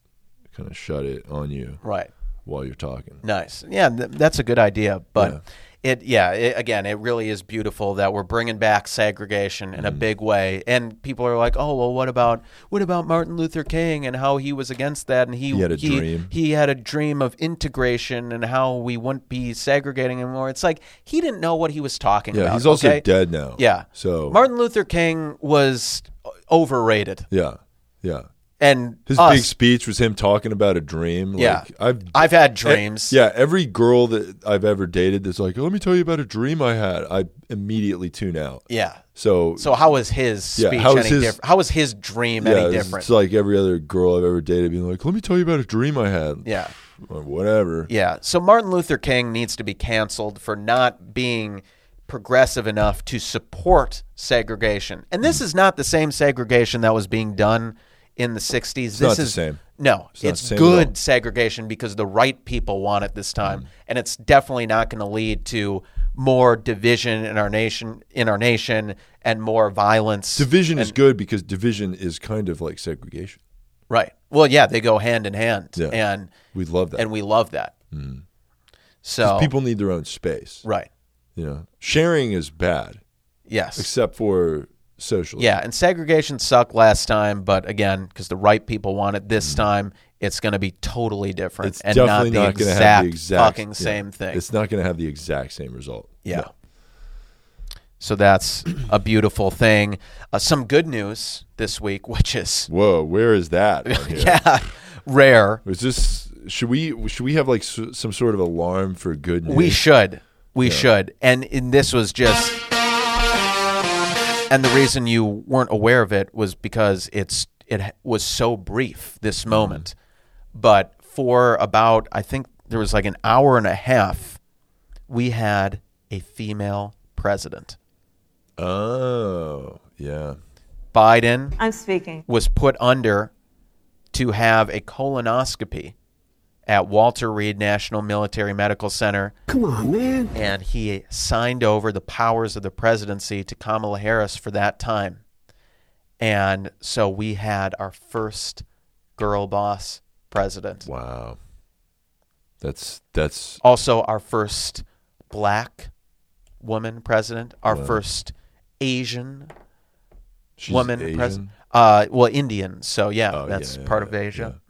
[SPEAKER 1] kind of shut it on you
[SPEAKER 2] right
[SPEAKER 1] while you're talking.
[SPEAKER 2] nice yeah th- that's a good idea but it yeah it, again it really is beautiful that we're bringing back segregation in a
[SPEAKER 1] Mm-hmm.
[SPEAKER 2] big way and people are like oh well what about what about Martin Luther King and how he was against that and he
[SPEAKER 1] He had a dream.
[SPEAKER 2] he had a dream of integration and how we wouldn't be segregating anymore it's like he didn't know what he was talking
[SPEAKER 1] Yeah,
[SPEAKER 2] about
[SPEAKER 1] he's also
[SPEAKER 2] okay?
[SPEAKER 1] dead now.
[SPEAKER 2] yeah
[SPEAKER 1] So
[SPEAKER 2] Martin Luther King was overrated
[SPEAKER 1] yeah, yeah.
[SPEAKER 2] and
[SPEAKER 1] His
[SPEAKER 2] us.
[SPEAKER 1] big speech was him talking about a dream. Like,
[SPEAKER 2] Yeah.
[SPEAKER 1] I've e-,
[SPEAKER 2] I've had dreams.
[SPEAKER 1] yeah, every girl that I've ever dated that's like, let me tell you about a dream I had. I immediately tune out.
[SPEAKER 2] yeah.
[SPEAKER 1] So,
[SPEAKER 2] So how was his
[SPEAKER 1] Yeah,
[SPEAKER 2] speech
[SPEAKER 1] how was
[SPEAKER 2] any
[SPEAKER 1] his-
[SPEAKER 2] different? How was his dream
[SPEAKER 1] yeah,
[SPEAKER 2] any
[SPEAKER 1] it's-
[SPEAKER 2] different?
[SPEAKER 1] it's like every other girl I've ever dated being like, let me tell you about a dream I had.
[SPEAKER 2] yeah.
[SPEAKER 1] Or whatever.
[SPEAKER 2] Yeah. So Martin Luther King needs to be canceled for not being progressive enough to support segregation.
[SPEAKER 1] Mm-hmm.
[SPEAKER 2] And this is not the same segregation that was being done in the 60s. this
[SPEAKER 1] not
[SPEAKER 2] is
[SPEAKER 1] the same.
[SPEAKER 2] No, it's,
[SPEAKER 1] not the same at all. Mm.
[SPEAKER 2] good segregation because the right people want it this time. And it's definitely not going to lead to more division in our nation in our nation and more violence.
[SPEAKER 1] Division is good because division is kind of like segregation.
[SPEAKER 2] right. Well, yeah, they go hand in hand.
[SPEAKER 1] Yeah.
[SPEAKER 2] And
[SPEAKER 1] We love that.
[SPEAKER 2] and we love that. So
[SPEAKER 1] Hmm. People need their own space.
[SPEAKER 2] right.
[SPEAKER 1] You know, sharing is bad,
[SPEAKER 2] Yes.
[SPEAKER 1] except for social.
[SPEAKER 2] Yeah, and segregation sucked last time, but again, because the right people want it this time, it's going to be totally different
[SPEAKER 1] Hmm. It's
[SPEAKER 2] and
[SPEAKER 1] definitely
[SPEAKER 2] not the
[SPEAKER 1] not, going to
[SPEAKER 2] exact,
[SPEAKER 1] have the exact
[SPEAKER 2] fucking
[SPEAKER 1] yeah.
[SPEAKER 2] same thing.
[SPEAKER 1] It's not going to have the exact same result.
[SPEAKER 2] Yeah.
[SPEAKER 1] No.
[SPEAKER 2] So that's a beautiful thing. Uh, some good news this week, which is
[SPEAKER 1] Whoa, where is that? on here?
[SPEAKER 2] yeah, rare.
[SPEAKER 1] Is this should we should we have like s some sort of alarm for good news?
[SPEAKER 2] We should, we should, and in, this was just. And the reason you weren't aware of it was because it's it h- was so brief this moment, but for about I think there was like an hour and a half, we had a female president.
[SPEAKER 1] Oh, yeah.
[SPEAKER 2] Biden
[SPEAKER 3] I'm speaking.
[SPEAKER 2] was put under to have a colonoscopy at Walter Reed National Military Medical Center. Come on, man. And he signed over the powers of the presidency to Kamala Harris for that time. And so we had our first girl boss president.
[SPEAKER 1] Wow. That's that's
[SPEAKER 2] Also, our first black woman president, our first Asian
[SPEAKER 1] she's
[SPEAKER 2] woman
[SPEAKER 1] Asian.
[SPEAKER 2] president. Uh, well, Indian. So yeah,
[SPEAKER 1] Oh,
[SPEAKER 2] that's
[SPEAKER 1] yeah, yeah,
[SPEAKER 2] part
[SPEAKER 1] yeah,
[SPEAKER 2] of Asia.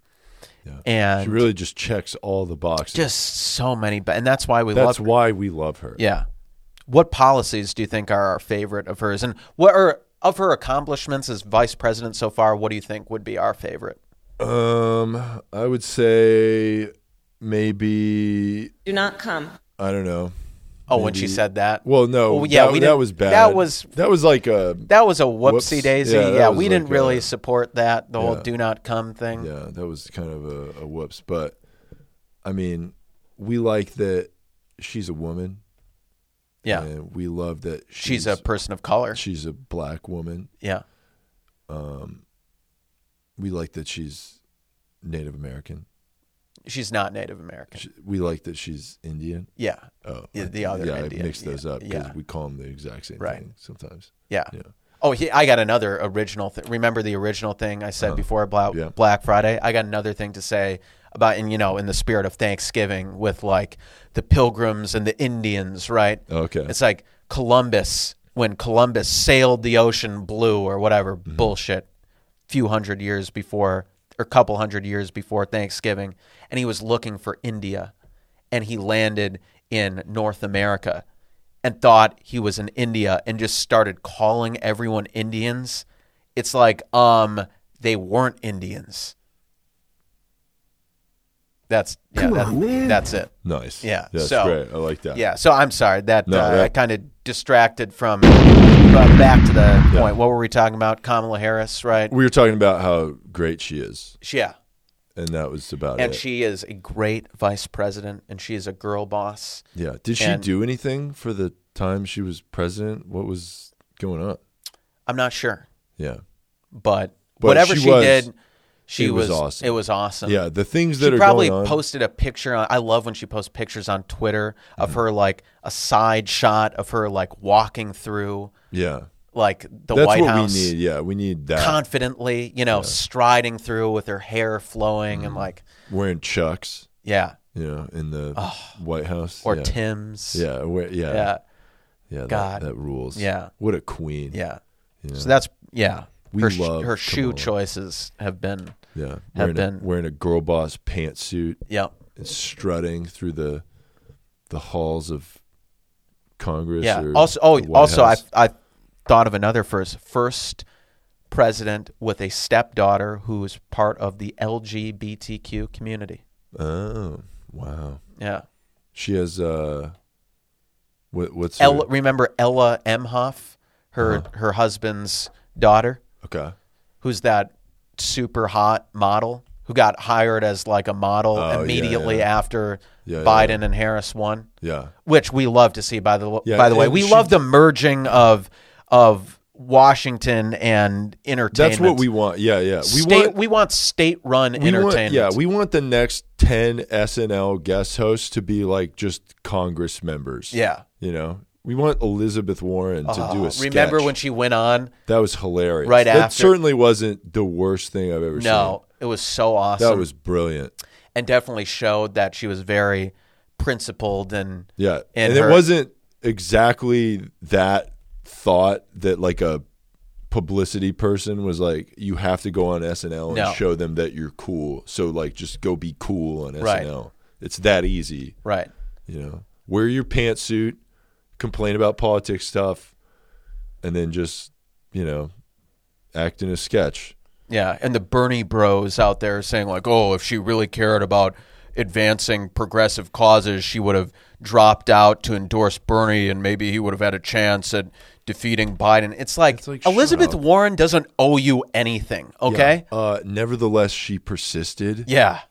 [SPEAKER 1] yeah.
[SPEAKER 2] And
[SPEAKER 1] She really just checks all the boxes.
[SPEAKER 2] just so many, but and that's why we
[SPEAKER 1] that's
[SPEAKER 2] love.
[SPEAKER 1] why we love her.
[SPEAKER 2] Yeah. What policies do you think are our favorite of hers, and what are of her accomplishments as vice president so far? What do you think would be our favorite?
[SPEAKER 1] Um, I would say maybe
[SPEAKER 3] Do not come.
[SPEAKER 1] I don't know.
[SPEAKER 2] Oh, when she
[SPEAKER 1] Maybe-
[SPEAKER 2] said that.
[SPEAKER 1] Well, no,
[SPEAKER 2] Well, yeah,
[SPEAKER 1] that,
[SPEAKER 2] we
[SPEAKER 1] that
[SPEAKER 2] didn't-
[SPEAKER 1] was bad.
[SPEAKER 2] that was-
[SPEAKER 1] that was like a
[SPEAKER 2] that was a whoopsie
[SPEAKER 1] Whoops.
[SPEAKER 2] daisy.
[SPEAKER 1] Yeah,
[SPEAKER 2] Yeah,
[SPEAKER 1] that was
[SPEAKER 2] we didn't
[SPEAKER 1] like,
[SPEAKER 2] really
[SPEAKER 1] uh,
[SPEAKER 2] support that the whole
[SPEAKER 1] yeah.
[SPEAKER 2] "do not come" thing.
[SPEAKER 1] yeah, that was kind of a, a whoops. But I mean, we like that she's a woman.
[SPEAKER 2] Yeah.
[SPEAKER 1] and we love that she's,
[SPEAKER 2] she's a person of color.
[SPEAKER 1] she's a black woman.
[SPEAKER 2] yeah,
[SPEAKER 1] We like that she's Native American.
[SPEAKER 2] she's not Native American.
[SPEAKER 1] She, we like that she's Indian.
[SPEAKER 2] yeah,
[SPEAKER 1] Oh,
[SPEAKER 2] Yeah, the other
[SPEAKER 1] yeah, I
[SPEAKER 2] Indian.
[SPEAKER 1] mix those
[SPEAKER 2] Yeah,
[SPEAKER 1] up because
[SPEAKER 2] yeah.
[SPEAKER 1] we call them the exact same
[SPEAKER 2] Right.
[SPEAKER 1] thing sometimes.
[SPEAKER 2] yeah.
[SPEAKER 1] Yeah.
[SPEAKER 2] Oh, he, I got another original. Th- Remember the original thing I said before about
[SPEAKER 1] Uh-huh. yeah.
[SPEAKER 2] Black Friday? I got another thing to say about, and you know, in the spirit of Thanksgiving, with like the Pilgrims and the Indians, right?
[SPEAKER 1] Okay.
[SPEAKER 2] It's like Columbus when Columbus sailed the ocean blue or whatever bullshit, few hundred years before or couple hundred years before Thanksgiving, and he was looking for India, and he landed in North America, and thought he was in India, and just started calling everyone Indians. It's like um they weren't Indians. That's yeah, that- that's it.
[SPEAKER 1] Nice.
[SPEAKER 2] Yeah,
[SPEAKER 1] That's
[SPEAKER 2] so-
[SPEAKER 1] great. I like that.
[SPEAKER 2] Yeah, so I'm sorry that
[SPEAKER 1] No,
[SPEAKER 2] uh,
[SPEAKER 1] that-
[SPEAKER 2] I kind of distracted from, from back to the point. What were we talking about? Kamala Harris, right?
[SPEAKER 1] We were talking about how great she is,
[SPEAKER 2] She- yeah,
[SPEAKER 1] and that was about
[SPEAKER 2] and
[SPEAKER 1] it.
[SPEAKER 2] she is a great vice president, and she is a girl boss.
[SPEAKER 1] yeah. Did she
[SPEAKER 2] and-
[SPEAKER 1] do anything for the time she was president? What was going on?
[SPEAKER 2] I'm not sure,
[SPEAKER 1] Yeah.
[SPEAKER 2] but,
[SPEAKER 1] But
[SPEAKER 2] whatever
[SPEAKER 1] she
[SPEAKER 2] she,
[SPEAKER 1] was-
[SPEAKER 2] did, she
[SPEAKER 1] it was
[SPEAKER 2] was,
[SPEAKER 1] awesome.
[SPEAKER 2] It was awesome.
[SPEAKER 1] Yeah. The things that
[SPEAKER 2] Um, She
[SPEAKER 1] are
[SPEAKER 2] probably
[SPEAKER 1] going on.
[SPEAKER 2] posted a picture. On, I love when she posts pictures on Twitter of her, like a side shot of her, like walking through,
[SPEAKER 1] yeah.
[SPEAKER 2] like the
[SPEAKER 1] That's
[SPEAKER 2] White
[SPEAKER 1] what
[SPEAKER 2] House.
[SPEAKER 1] we need. Yeah. We need that.
[SPEAKER 2] confidently, you know, striding through with her hair flowing
[SPEAKER 1] Mm.
[SPEAKER 2] and like,
[SPEAKER 1] Wearing chucks,
[SPEAKER 2] yeah,
[SPEAKER 1] you know, in the White House.
[SPEAKER 2] or
[SPEAKER 1] yeah.
[SPEAKER 2] Tim's.
[SPEAKER 1] Yeah. Where, yeah. Yeah.
[SPEAKER 2] Yeah.
[SPEAKER 1] that-
[SPEAKER 2] God.
[SPEAKER 1] That, rules.
[SPEAKER 2] Yeah.
[SPEAKER 1] What a queen.
[SPEAKER 2] Yeah.
[SPEAKER 1] Yeah.
[SPEAKER 2] So that's, yeah.
[SPEAKER 1] We
[SPEAKER 2] her sh-
[SPEAKER 1] love
[SPEAKER 2] her shoe
[SPEAKER 1] Kamala.
[SPEAKER 2] choices have been,
[SPEAKER 1] Yeah.
[SPEAKER 2] Have
[SPEAKER 1] Wearing a,
[SPEAKER 2] been.
[SPEAKER 1] wearing a girl boss pantsuit
[SPEAKER 2] yeah.
[SPEAKER 1] and strutting through the the halls of Congress.
[SPEAKER 2] Yeah.
[SPEAKER 1] or
[SPEAKER 2] Also, oh,
[SPEAKER 1] the White
[SPEAKER 2] also, I,
[SPEAKER 1] House.
[SPEAKER 2] I thought of another first. First president with a stepdaughter who's part of the LGBTQ community.
[SPEAKER 1] Oh, wow.
[SPEAKER 2] Yeah.
[SPEAKER 1] She has uh, what, what's
[SPEAKER 2] Ella,
[SPEAKER 1] her-
[SPEAKER 2] remember Ella Emhoff, her
[SPEAKER 1] Uh-huh.
[SPEAKER 2] her husband's daughter,
[SPEAKER 1] okay?
[SPEAKER 2] who's that super hot model who got hired as like a model
[SPEAKER 1] Oh, yeah,
[SPEAKER 2] immediately
[SPEAKER 1] yeah.
[SPEAKER 2] after
[SPEAKER 1] Yeah, yeah,
[SPEAKER 2] Biden and Harris won,
[SPEAKER 1] Yeah,
[SPEAKER 2] which we love to see. By the
[SPEAKER 1] Yeah,
[SPEAKER 2] by the way,
[SPEAKER 1] and
[SPEAKER 2] we
[SPEAKER 1] she-
[SPEAKER 2] love the merging of of Washington and entertainment.
[SPEAKER 1] that's what we want. Yeah, yeah. We
[SPEAKER 2] state,
[SPEAKER 1] want.
[SPEAKER 2] we want state run
[SPEAKER 1] We
[SPEAKER 2] entertainment.
[SPEAKER 1] want, yeah, we want the next ten SNL guest hosts to be like just Congress members.
[SPEAKER 2] yeah.
[SPEAKER 1] you know, we want Elizabeth Warren to do a.
[SPEAKER 2] Oh, remember
[SPEAKER 1] sketch.
[SPEAKER 2] when she went on?
[SPEAKER 1] that was hilarious?
[SPEAKER 2] Right
[SPEAKER 1] that
[SPEAKER 2] after-
[SPEAKER 1] certainly wasn't the worst thing I've ever
[SPEAKER 2] No, it was so
[SPEAKER 1] seen.
[SPEAKER 2] awesome.
[SPEAKER 1] That was brilliant.
[SPEAKER 2] and definitely showed that she was very principled and
[SPEAKER 1] Yeah. And,
[SPEAKER 2] And her-
[SPEAKER 1] it wasn't exactly that thought that like a publicity person was like, you have to go on SNL and
[SPEAKER 2] No.
[SPEAKER 1] show them that you're cool. So like just go be cool on
[SPEAKER 2] Right.
[SPEAKER 1] SNL. It's that easy,
[SPEAKER 2] right.
[SPEAKER 1] you know. Wear your pantsuit, complain about politics stuff, and then just, you know, act in a sketch.
[SPEAKER 2] Yeah, and the Bernie Bros out there saying like, "Oh, if she really cared about advancing progressive causes, she would have dropped out to endorse Bernie, and maybe he would have had a chance at defeating Biden." It's like,
[SPEAKER 1] It's like, shut
[SPEAKER 2] Elizabeth
[SPEAKER 1] up.
[SPEAKER 2] Warren doesn't owe you anything. Okay,
[SPEAKER 1] Yeah. Uh nevertheless she persisted.
[SPEAKER 2] yeah.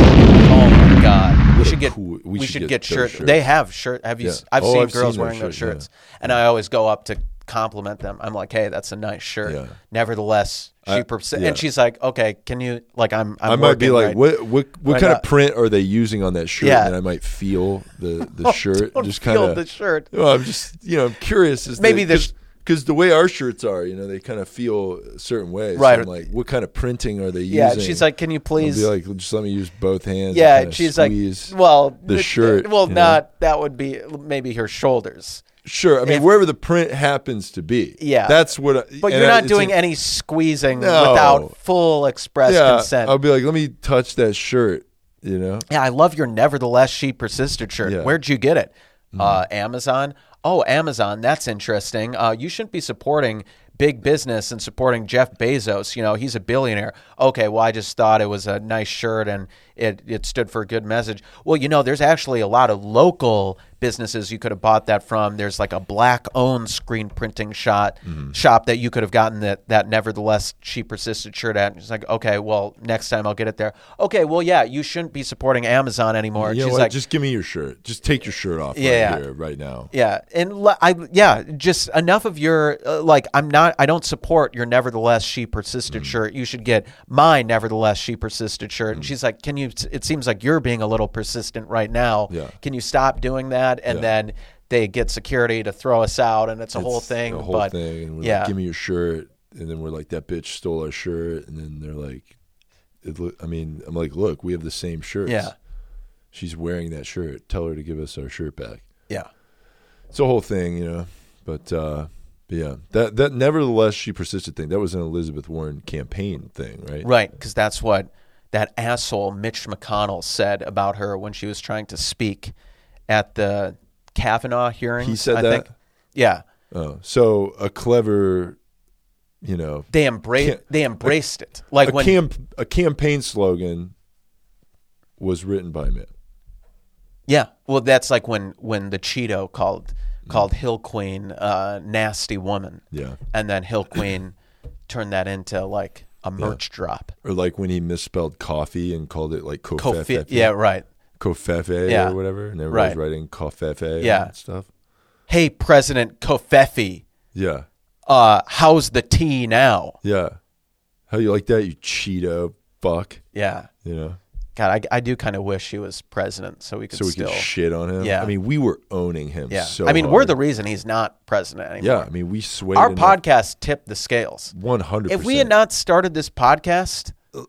[SPEAKER 2] Oh my God, we
[SPEAKER 1] What a
[SPEAKER 2] should get
[SPEAKER 1] cool-
[SPEAKER 2] we, should get,
[SPEAKER 1] those
[SPEAKER 2] shirts. They
[SPEAKER 1] shirts.
[SPEAKER 2] have shirt. Have you?
[SPEAKER 1] Yeah.
[SPEAKER 2] s I've
[SPEAKER 1] Oh,
[SPEAKER 2] seen
[SPEAKER 1] I've
[SPEAKER 2] girls
[SPEAKER 1] seen those
[SPEAKER 2] wearing those
[SPEAKER 1] shirts,
[SPEAKER 2] shirts, and I always go up to compliment them. I'm like, "Hey, that's a nice shirt."
[SPEAKER 1] Yeah.
[SPEAKER 2] Nevertheless, she
[SPEAKER 1] I-
[SPEAKER 2] persi-
[SPEAKER 1] yeah.
[SPEAKER 2] and she's like, "Okay, can you like I'm I'm
[SPEAKER 1] I might be
[SPEAKER 2] working
[SPEAKER 1] like,
[SPEAKER 2] right-
[SPEAKER 1] what what what
[SPEAKER 2] Right
[SPEAKER 1] kind
[SPEAKER 2] now.
[SPEAKER 1] of print are they using on that shirt?
[SPEAKER 2] Yeah. Oh,
[SPEAKER 1] And I might feel the the shirt,
[SPEAKER 2] don't
[SPEAKER 1] just kind
[SPEAKER 2] feel
[SPEAKER 1] of.
[SPEAKER 2] the shirt.
[SPEAKER 1] Well, I'm just you know I'm curious. Is
[SPEAKER 2] Maybe there's-
[SPEAKER 1] because the way our shirts are, you know, they kind of feel a certain way. So
[SPEAKER 2] Right.
[SPEAKER 1] I'm like, what kind of printing are they
[SPEAKER 2] Yeah,
[SPEAKER 1] using?
[SPEAKER 2] she's like, "Can you
[SPEAKER 1] I'll
[SPEAKER 2] please?"
[SPEAKER 1] be like, just let me use both hands. and
[SPEAKER 2] yeah,
[SPEAKER 1] kinda
[SPEAKER 2] she's
[SPEAKER 1] squeeze.
[SPEAKER 2] like, "Well,
[SPEAKER 1] the
[SPEAKER 2] th-
[SPEAKER 1] shirt,
[SPEAKER 2] Well,
[SPEAKER 1] you know?
[SPEAKER 2] not that would be maybe her shoulders,
[SPEAKER 1] sure. I mean,
[SPEAKER 2] if-
[SPEAKER 1] wherever the print happens to be.
[SPEAKER 2] Yeah.
[SPEAKER 1] that's what. I,
[SPEAKER 2] but
[SPEAKER 1] and
[SPEAKER 2] you're
[SPEAKER 1] I-
[SPEAKER 2] not
[SPEAKER 1] it's
[SPEAKER 2] doing
[SPEAKER 1] like-
[SPEAKER 2] any squeezing
[SPEAKER 1] No.
[SPEAKER 2] without full express
[SPEAKER 1] Yeah,
[SPEAKER 2] consent."
[SPEAKER 1] I'll be like, let me touch that shirt. You know,
[SPEAKER 2] Yeah, I love your nevertheless she persisted shirt.
[SPEAKER 1] Yeah.
[SPEAKER 2] Where'd you get it?
[SPEAKER 1] Hmm.
[SPEAKER 2] Uh, Amazon. Oh, Amazon. That's interesting. Uh, you shouldn't be supporting big business and supporting Jeff Bezos. You know, he's a billionaire. Okay, well, I just thought it was a nice shirt and it, it stood for a good message. Well, you know, there's actually a lot of local businesses you could have bought that from. There's like a black owned screen printing shot
[SPEAKER 1] Hmm.
[SPEAKER 2] shop that you could have gotten that that nevertheless she persisted shirt at. And she's like, okay, well, next time I'll get it there. Okay, well, yeah, you shouldn't be supporting Amazon anymore.
[SPEAKER 1] you know
[SPEAKER 2] she's
[SPEAKER 1] what?
[SPEAKER 2] like,
[SPEAKER 1] just give me your shirt. Just take your shirt off.
[SPEAKER 2] Yeah.
[SPEAKER 1] right here, right now.
[SPEAKER 2] yeah, and le- I yeah, just enough of your uh, like. I'm not. I don't support your nevertheless she
[SPEAKER 1] Mm.
[SPEAKER 2] persisted shirt. You should get my nevertheless she persisted shirt.
[SPEAKER 1] Mm.
[SPEAKER 2] And she's like, can you? It seems like you're being a little persistent right now.
[SPEAKER 1] Yeah.
[SPEAKER 2] Can you stop doing that? And
[SPEAKER 1] Yeah.
[SPEAKER 2] then they get security to throw us out, and it's a whole
[SPEAKER 1] It's
[SPEAKER 2] thing.
[SPEAKER 1] The whole
[SPEAKER 2] but
[SPEAKER 1] thing. And we're
[SPEAKER 2] yeah.
[SPEAKER 1] like, give me your shirt. And then we're like, that bitch stole our shirt. And then they're like, it look, I mean, I'm like, look, we have the same shirts.
[SPEAKER 2] Yeah.
[SPEAKER 1] She's wearing that shirt. Tell her to give us our shirt back.
[SPEAKER 2] yeah,
[SPEAKER 1] It's a whole thing, you know. But, uh, but yeah, that that nevertheless she persisted thing. That was an Elizabeth Warren campaign thing, right?
[SPEAKER 2] right, because that's what that asshole Mitch McConnell said about her when she was trying to speak at the Kavanaugh hearings.
[SPEAKER 1] He said
[SPEAKER 2] I
[SPEAKER 1] that?
[SPEAKER 2] Think. Yeah.
[SPEAKER 1] Oh, so a clever, you know,
[SPEAKER 2] they embraced
[SPEAKER 1] Can't-
[SPEAKER 2] they embraced it like
[SPEAKER 1] a
[SPEAKER 2] when
[SPEAKER 1] camp a campaign slogan was written by men.
[SPEAKER 2] yeah well that's like when when the cheeto called called hill queen uh nasty woman
[SPEAKER 1] Mm. Yeah.
[SPEAKER 2] and then hill queen turned that into like a merch drop
[SPEAKER 1] Or like when he misspelled coffee and called it like
[SPEAKER 2] Kofi,
[SPEAKER 1] kofefe.
[SPEAKER 2] yeah right
[SPEAKER 1] Kofefe
[SPEAKER 2] Yeah.
[SPEAKER 1] or whatever. And everybody's
[SPEAKER 2] Right.
[SPEAKER 1] writing kofefe
[SPEAKER 2] Yeah.
[SPEAKER 1] and stuff.
[SPEAKER 2] hey president kofefi
[SPEAKER 1] Yeah.
[SPEAKER 2] uh how's the tea now
[SPEAKER 1] Yeah. How you like that, you cheeto fuck?
[SPEAKER 2] yeah
[SPEAKER 1] You know?
[SPEAKER 2] god i, I do kind of wish he was president so we could
[SPEAKER 1] So we
[SPEAKER 2] still
[SPEAKER 1] could shit on him.
[SPEAKER 2] Yeah.
[SPEAKER 1] I mean, we were owning him
[SPEAKER 2] yeah
[SPEAKER 1] so
[SPEAKER 2] i mean we're
[SPEAKER 1] hard.
[SPEAKER 2] the reason he's not president anymore
[SPEAKER 1] Yeah. uh, I mean, we swayed
[SPEAKER 2] our
[SPEAKER 1] in that
[SPEAKER 2] podcast tipped the scales
[SPEAKER 1] 100%.
[SPEAKER 2] if we had not started this podcast
[SPEAKER 1] Uh,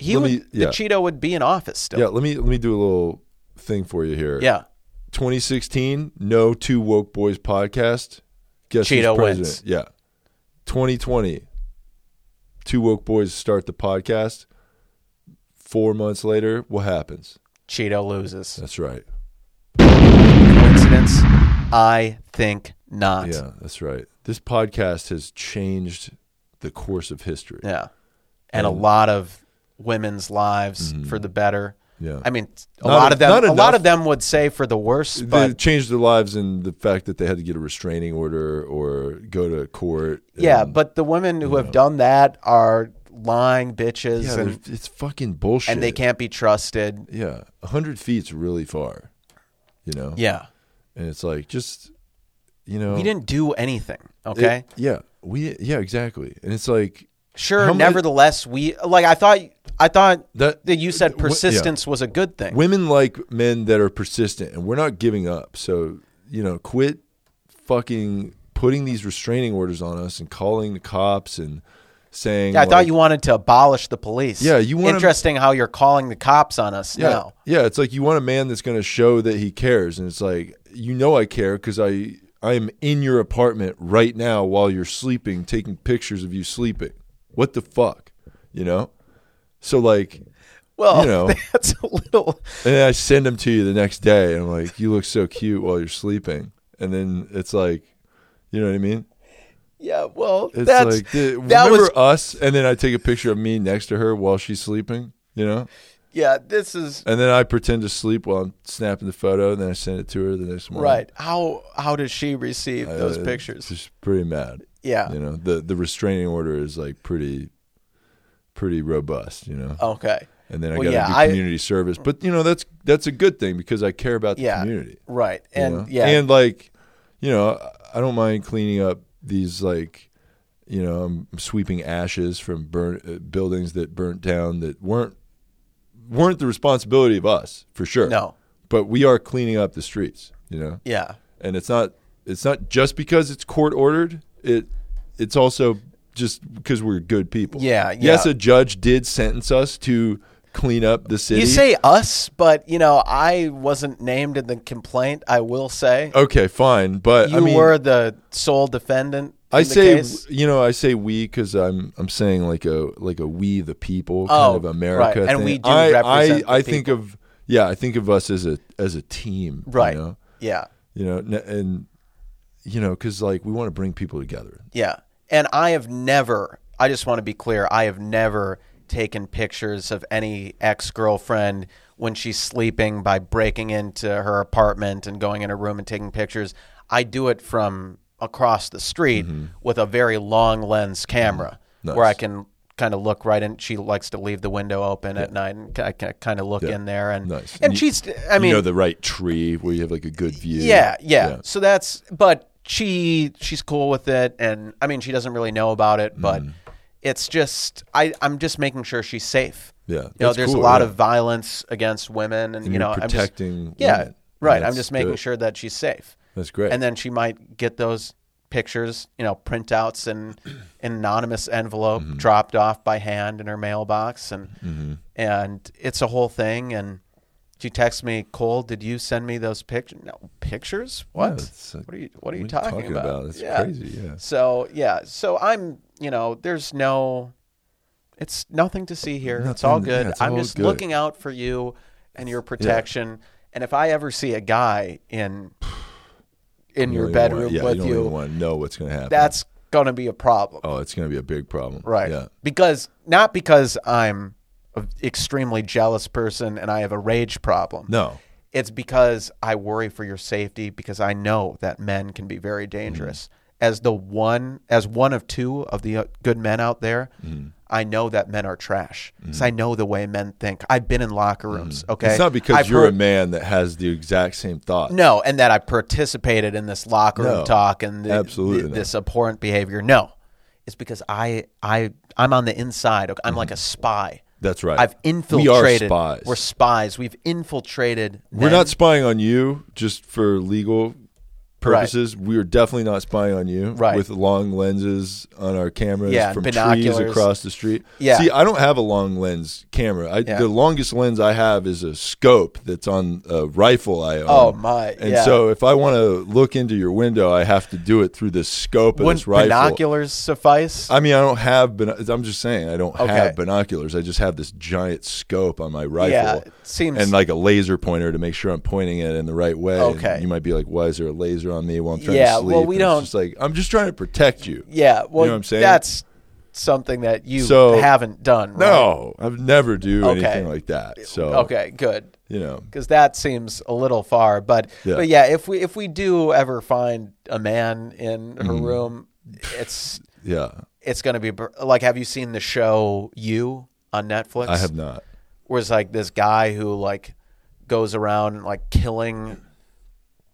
[SPEAKER 2] he
[SPEAKER 1] let
[SPEAKER 2] would,
[SPEAKER 1] me, yeah.
[SPEAKER 2] the Cheeto would be in office still.
[SPEAKER 1] yeah. Let me, let me do a little thing for you here.
[SPEAKER 2] Yeah.
[SPEAKER 1] 2016, no two woke boys podcast. Guess
[SPEAKER 2] Cheeto
[SPEAKER 1] who's president?
[SPEAKER 2] wins.
[SPEAKER 1] Yeah. 2020, two woke boys start the podcast. Four months later, what happens?
[SPEAKER 2] Cheeto loses.
[SPEAKER 1] That's right.
[SPEAKER 2] Coincidence? I think not.
[SPEAKER 1] Yeah, that's right. This podcast has changed the course of history.
[SPEAKER 2] Yeah. And a lot of women's lives for the better.
[SPEAKER 1] Mm-hmm. Yeah.
[SPEAKER 2] I mean, a
[SPEAKER 1] Not
[SPEAKER 2] lot
[SPEAKER 1] en-
[SPEAKER 2] of them.
[SPEAKER 1] not
[SPEAKER 2] A lot
[SPEAKER 1] enough.
[SPEAKER 2] of them would say for the worse,
[SPEAKER 1] they
[SPEAKER 2] but
[SPEAKER 1] changed their lives in the fact that they had to get a restraining order or go to court.
[SPEAKER 2] yeah.
[SPEAKER 1] and-
[SPEAKER 2] But the women who have done that are lying bitches,
[SPEAKER 1] yeah,
[SPEAKER 2] and,
[SPEAKER 1] they're- it's fucking bullshit.
[SPEAKER 2] and they can't be trusted.
[SPEAKER 1] Yeah, hundred feet's really far, you know.
[SPEAKER 2] Yeah,
[SPEAKER 1] and it's like just, you know,
[SPEAKER 2] we didn't do anything.
[SPEAKER 1] it-
[SPEAKER 2] Okay,
[SPEAKER 1] yeah, we yeah exactly, and it's like
[SPEAKER 2] sure.
[SPEAKER 1] How many-
[SPEAKER 2] nevertheless, we like. I thought. I thought
[SPEAKER 1] that.
[SPEAKER 2] that you said
[SPEAKER 1] w- yeah.
[SPEAKER 2] persistence was a good thing.
[SPEAKER 1] Women like men that are persistent, and we're not giving up. So you know, quit fucking putting these restraining orders on us and calling the cops and saying.
[SPEAKER 2] yeah, I thought
[SPEAKER 1] like-
[SPEAKER 2] you wanted to abolish the police.
[SPEAKER 1] Yeah, you wanna-
[SPEAKER 2] Interesting how you're calling the cops on us
[SPEAKER 1] Yeah,
[SPEAKER 2] now.
[SPEAKER 1] yeah. It's like you want a man that's going to show that he cares, and it's like you know I care because I I am in your apartment right now while you're sleeping, taking pictures of you sleeping. What the fuck, you know? So like,
[SPEAKER 2] Well,
[SPEAKER 1] You know.
[SPEAKER 2] that's a little.
[SPEAKER 1] and then I send them to you the next day, and I'm like, you look so cute while you're sleeping, and then it's like, you know what I mean?
[SPEAKER 2] Yeah, well,
[SPEAKER 1] It's
[SPEAKER 2] that's
[SPEAKER 1] like the,
[SPEAKER 2] that
[SPEAKER 1] remember
[SPEAKER 2] was
[SPEAKER 1] us, and then I take a picture of me next to her while she's sleeping, you know?
[SPEAKER 2] yeah. This is
[SPEAKER 1] And then I pretend to sleep while I'm snapping the photo, and then I send it to her the next morning.
[SPEAKER 2] Right. How how does she receive those
[SPEAKER 1] Uh,
[SPEAKER 2] pictures?
[SPEAKER 1] She's pretty mad.
[SPEAKER 2] Yeah.
[SPEAKER 1] You know, the the restraining order is like pretty pretty robust, you know.
[SPEAKER 2] Okay.
[SPEAKER 1] and then I
[SPEAKER 2] Oh. well,
[SPEAKER 1] got to
[SPEAKER 2] yeah, I-
[SPEAKER 1] do community service. But you know, that's that's a good thing because I care about the
[SPEAKER 2] Yeah.
[SPEAKER 1] community.
[SPEAKER 2] Right.
[SPEAKER 1] you
[SPEAKER 2] And
[SPEAKER 1] know?
[SPEAKER 2] yeah.
[SPEAKER 1] And like, you know, I- I don't mind cleaning up these like you know, I'm sweeping ashes from burn uh, buildings that burnt down that weren't weren't the responsibility of us for sure.
[SPEAKER 2] no.
[SPEAKER 1] But we are cleaning up the streets, you know
[SPEAKER 2] Yeah.
[SPEAKER 1] and it's not it's not just because it's court ordered it it's also just because we're good people
[SPEAKER 2] Yeah, yeah.
[SPEAKER 1] yes a judge did sentence us to clean up the city
[SPEAKER 2] You say us, but you know, I wasn't named in the complaint, I will say.
[SPEAKER 1] okay fine but
[SPEAKER 2] you
[SPEAKER 1] Oh, i mean
[SPEAKER 2] were the sole defendant.
[SPEAKER 1] i
[SPEAKER 2] in the
[SPEAKER 1] say
[SPEAKER 2] case.
[SPEAKER 1] you know i say we because i'm i'm saying like a like a we the people
[SPEAKER 2] Oh,
[SPEAKER 1] kind of america
[SPEAKER 2] right, and
[SPEAKER 1] thing.
[SPEAKER 2] we do
[SPEAKER 1] i
[SPEAKER 2] represent the
[SPEAKER 1] i, I think of yeah i think of us as a as a team you
[SPEAKER 2] Right.
[SPEAKER 1] know?
[SPEAKER 2] Yeah.
[SPEAKER 1] you know, n and you know because like we want to bring people together
[SPEAKER 2] Yeah. And I have never, I just want to be clear, I have never taken pictures of any ex girlfriend when she's sleeping by breaking into her apartment and going in her room and taking pictures. I do it from across the street with a very long lens camera
[SPEAKER 1] Mm-hmm. Nice.
[SPEAKER 2] where I can kind of look right in. She likes to leave the window open at night and I can kind of look in there. And,
[SPEAKER 1] Nice.
[SPEAKER 2] and
[SPEAKER 1] You-
[SPEAKER 2] she's, I mean,
[SPEAKER 1] you know the right tree where you have like a good view
[SPEAKER 2] yeah, yeah,
[SPEAKER 1] Yeah.
[SPEAKER 2] So that's but she she's cool with it and I mean she doesn't really know about it, but
[SPEAKER 1] Mm-hmm.
[SPEAKER 2] it's just I I'm just making sure she's safe.
[SPEAKER 1] Yeah,
[SPEAKER 2] You know,
[SPEAKER 1] that's
[SPEAKER 2] there's
[SPEAKER 1] cool,
[SPEAKER 2] a lot
[SPEAKER 1] yeah.
[SPEAKER 2] of violence against women and, you
[SPEAKER 1] you're
[SPEAKER 2] know, I'm
[SPEAKER 1] protecting
[SPEAKER 2] just, Yeah.
[SPEAKER 1] women.
[SPEAKER 2] Right. I'm
[SPEAKER 1] That's
[SPEAKER 2] just making
[SPEAKER 1] good.
[SPEAKER 2] sure that she's safe.
[SPEAKER 1] That's great.
[SPEAKER 2] And then she might get those pictures, you know, printouts and an anonymous envelope
[SPEAKER 1] Mm-hmm.
[SPEAKER 2] dropped off by hand in her mailbox and and it's a whole thing and she texts me, Cole, did you send me those pictures? No, pictures?
[SPEAKER 1] Yeah,
[SPEAKER 2] What?
[SPEAKER 1] it's like,
[SPEAKER 2] what are you What are you
[SPEAKER 1] what
[SPEAKER 2] talking, about?
[SPEAKER 1] It's
[SPEAKER 2] Yeah.
[SPEAKER 1] crazy. Yeah.
[SPEAKER 2] So yeah, so I'm, you know, there's no, it's nothing to see here. it's
[SPEAKER 1] Nothing-
[SPEAKER 2] all good.
[SPEAKER 1] yeah, it's
[SPEAKER 2] I'm
[SPEAKER 1] all
[SPEAKER 2] just
[SPEAKER 1] good.
[SPEAKER 2] looking out for you and your protection. And if I ever see a guy in in
[SPEAKER 1] don't
[SPEAKER 2] your
[SPEAKER 1] even
[SPEAKER 2] bedroom
[SPEAKER 1] wanna- yeah,
[SPEAKER 2] with
[SPEAKER 1] you,
[SPEAKER 2] you,
[SPEAKER 1] don't even want to know what's going to happen.
[SPEAKER 2] that's gonna be a problem,
[SPEAKER 1] oh, it's going to be a big problem.
[SPEAKER 2] right?
[SPEAKER 1] Yeah.
[SPEAKER 2] Because not because I'm an extremely jealous person and I have a rage problem.
[SPEAKER 1] No.
[SPEAKER 2] It's because I worry for your safety because I know that men can be very
[SPEAKER 1] Mm.
[SPEAKER 2] dangerous. As the one, as one of two of the uh, good men out there,
[SPEAKER 1] Mm.
[SPEAKER 2] I know that men are trash. 'Cause I know the way men think. I've been in locker rooms. Okay,
[SPEAKER 1] Mm. It's not because
[SPEAKER 2] I've
[SPEAKER 1] you're
[SPEAKER 2] heard-
[SPEAKER 1] a man that has the exact same thought.
[SPEAKER 2] no, and that I participated in this locker room
[SPEAKER 1] No,
[SPEAKER 2] talk and the,
[SPEAKER 1] absolutely
[SPEAKER 2] the-
[SPEAKER 1] not.
[SPEAKER 2] this abhorrent behavior. No, it's because I I I'm on the inside. Okay? I'm like a spy.
[SPEAKER 1] Mm-hmm. That's right.
[SPEAKER 2] I've
[SPEAKER 1] We are
[SPEAKER 2] infiltrated.
[SPEAKER 1] spies.
[SPEAKER 2] We're spies. We've infiltrated.
[SPEAKER 1] We're
[SPEAKER 2] men.
[SPEAKER 1] not spying on you just for legal purposes. We are definitely not spying on you
[SPEAKER 2] Right.
[SPEAKER 1] with long lenses on our cameras
[SPEAKER 2] Yeah,
[SPEAKER 1] from trees
[SPEAKER 2] binoculars.
[SPEAKER 1] across the street.
[SPEAKER 2] Yeah.
[SPEAKER 1] See, I don't have a long lens camera. I, The longest lens I have is a scope that's on a rifle I own.
[SPEAKER 2] Oh, my,
[SPEAKER 1] And
[SPEAKER 2] yeah.
[SPEAKER 1] so if I want to look into your window, I have to do it through this scope of
[SPEAKER 2] Wouldn't
[SPEAKER 1] this rifle.
[SPEAKER 2] binoculars suffice?
[SPEAKER 1] I mean, I don't have. Bin- I'm just saying, I don't
[SPEAKER 2] Okay.
[SPEAKER 1] have binoculars. I just have this giant scope on my rifle.
[SPEAKER 2] Yeah, it seems-
[SPEAKER 1] and like a laser pointer to make sure I'm pointing it in the right way. And
[SPEAKER 2] Okay.
[SPEAKER 1] you might be like, "Why is there a laser on me while I'm trying
[SPEAKER 2] Yeah,
[SPEAKER 1] to sleep?"
[SPEAKER 2] well, we
[SPEAKER 1] And it's
[SPEAKER 2] don't-
[SPEAKER 1] just like I'm just trying to protect you.
[SPEAKER 2] yeah, well,
[SPEAKER 1] what I'm saying?
[SPEAKER 2] that's something that you
[SPEAKER 1] So-
[SPEAKER 2] haven't done. right?
[SPEAKER 1] No, I've never do
[SPEAKER 2] Okay.
[SPEAKER 1] anything like that. So
[SPEAKER 2] Okay, good.
[SPEAKER 1] you know,
[SPEAKER 2] because that seems a little far. But
[SPEAKER 1] Yeah.
[SPEAKER 2] but yeah, if we if we do ever find a man in her
[SPEAKER 1] Mm-hmm.
[SPEAKER 2] room, it's
[SPEAKER 1] yeah,
[SPEAKER 2] it's going to be br- like. Have you seen the show You on Netflix?
[SPEAKER 1] I have not.
[SPEAKER 2] Where it's like this guy who like goes around like killing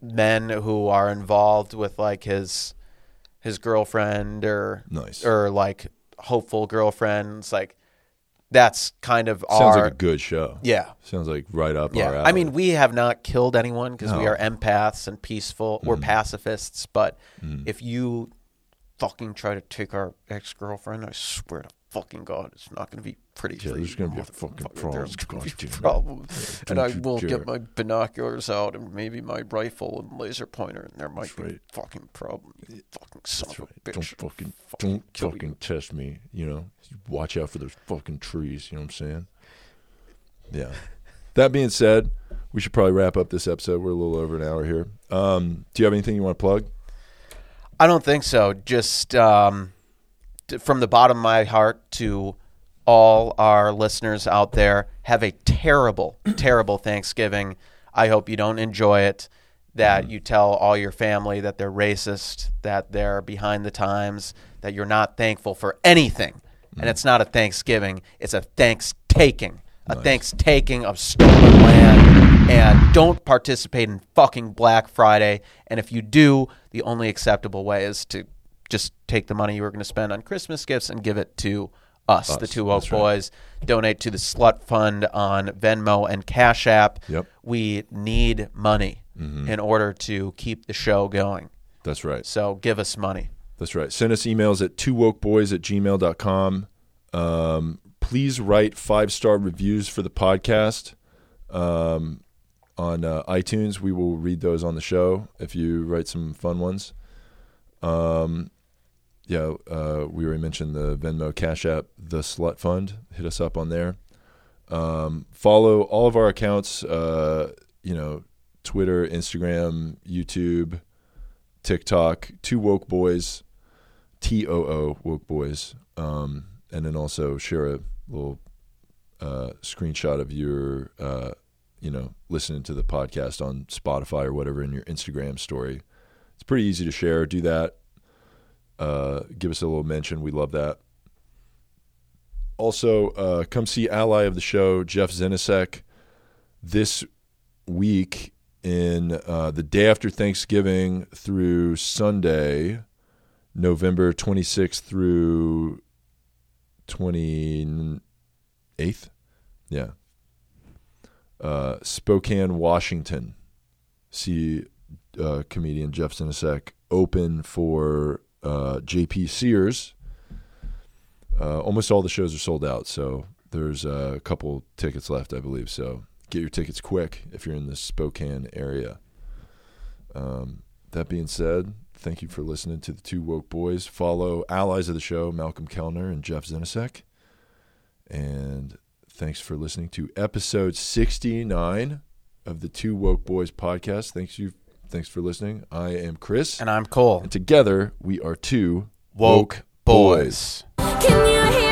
[SPEAKER 2] men who are involved with like his his girlfriend or
[SPEAKER 1] Nice.
[SPEAKER 2] or like hopeful girlfriends like. That's kind of
[SPEAKER 1] Sounds
[SPEAKER 2] our
[SPEAKER 1] like a good show.
[SPEAKER 2] yeah.
[SPEAKER 1] Sounds like right up our
[SPEAKER 2] Yeah,
[SPEAKER 1] alley.
[SPEAKER 2] I mean, we have not killed anyone because we
[SPEAKER 1] No. Mm.
[SPEAKER 2] are empaths and peaceful. We're pacifists, but if you fucking try to take our ex girlfriend, I swear to fucking God, it's not going to be pretty.
[SPEAKER 1] Yeah,
[SPEAKER 2] for
[SPEAKER 1] there's
[SPEAKER 2] you,
[SPEAKER 1] gonna be a
[SPEAKER 2] motherfucker.
[SPEAKER 1] fucking problem.
[SPEAKER 2] There's going to be
[SPEAKER 1] Goddamn
[SPEAKER 2] a
[SPEAKER 1] it.
[SPEAKER 2] problem, and I
[SPEAKER 1] don't you
[SPEAKER 2] will
[SPEAKER 1] dare.
[SPEAKER 2] get my binoculars out and maybe my rifle and laser pointer, and there might
[SPEAKER 1] That's
[SPEAKER 2] be
[SPEAKER 1] right.
[SPEAKER 2] a fucking problem. You fucking son
[SPEAKER 1] That's
[SPEAKER 2] of
[SPEAKER 1] right.
[SPEAKER 2] a
[SPEAKER 1] Don't
[SPEAKER 2] bitch!
[SPEAKER 1] fucking
[SPEAKER 2] fucking
[SPEAKER 1] don't
[SPEAKER 2] kill you.
[SPEAKER 1] fucking test me. You know, watch out for those fucking trees. You know what I'm saying? Yeah. that being said, we should probably wrap up this episode. We're a little over an hour here. Um, do you have anything you want to plug?
[SPEAKER 2] I don't think so. Just um, t- from the bottom of my heart to all our listeners out there, have a terrible, terrible Thanksgiving. I hope you don't enjoy it. That you tell all your family that they're racist, that they're behind the times, that you're not thankful for anything. And it's not a Thanksgiving, it's a thanks taking. A thanks taking of stolen land. And don't participate in fucking Black Friday. And if you do, the only acceptable way is to just take the money you were going to spend on Christmas gifts and give it to us, the two Oak Boys. Donate to the Slut Fund on Venmo and Cash App.
[SPEAKER 1] Yep.
[SPEAKER 2] We need money in order to keep the show going.
[SPEAKER 1] That's right.
[SPEAKER 2] So give us money.
[SPEAKER 1] That's right. Send us emails at two wokeboys at gmail.com. Um, please write five star reviews for the podcast um, on uh, iTunes. We will read those on the show if you write some fun ones. Um, yeah, uh, we already mentioned the Venmo Cash App, the Slut Fund. Hit us up on there. Um, follow all of our accounts, uh, you know, Twitter, Instagram, YouTube. TikTok, two woke boys, T O O woke boys, um, and then also share a little uh, screenshot of your, uh, you know, listening to the podcast on Spotify or whatever in your Instagram story. It's pretty easy to share. Do that. Uh, give us a little mention. We love that. Also, uh, come see ally of the show, Jeff Zenisek, this week in uh, the day after Thanksgiving through Sunday, November 26th through 28th. Yeah. Uh, Spokane, Washington. See uh, comedian Jeff Sinisek open for uh, JP Sears. Uh, almost all the shows are sold out, so there's uh, a couple tickets left, I believe. So get your tickets quick if you're in the Spokane area. Um, that being said, thank you for listening to the Two Woke Boys. Follow allies of the show, Malcolm Kellner and Jeff Zinisek. And thanks for listening to episode 69 of the Two Woke Boys podcast. Thanks you. Thanks for listening. I am Chris,
[SPEAKER 2] And I'm Cole.
[SPEAKER 1] and together we are two
[SPEAKER 2] Woke, boys.
[SPEAKER 3] Can you hear?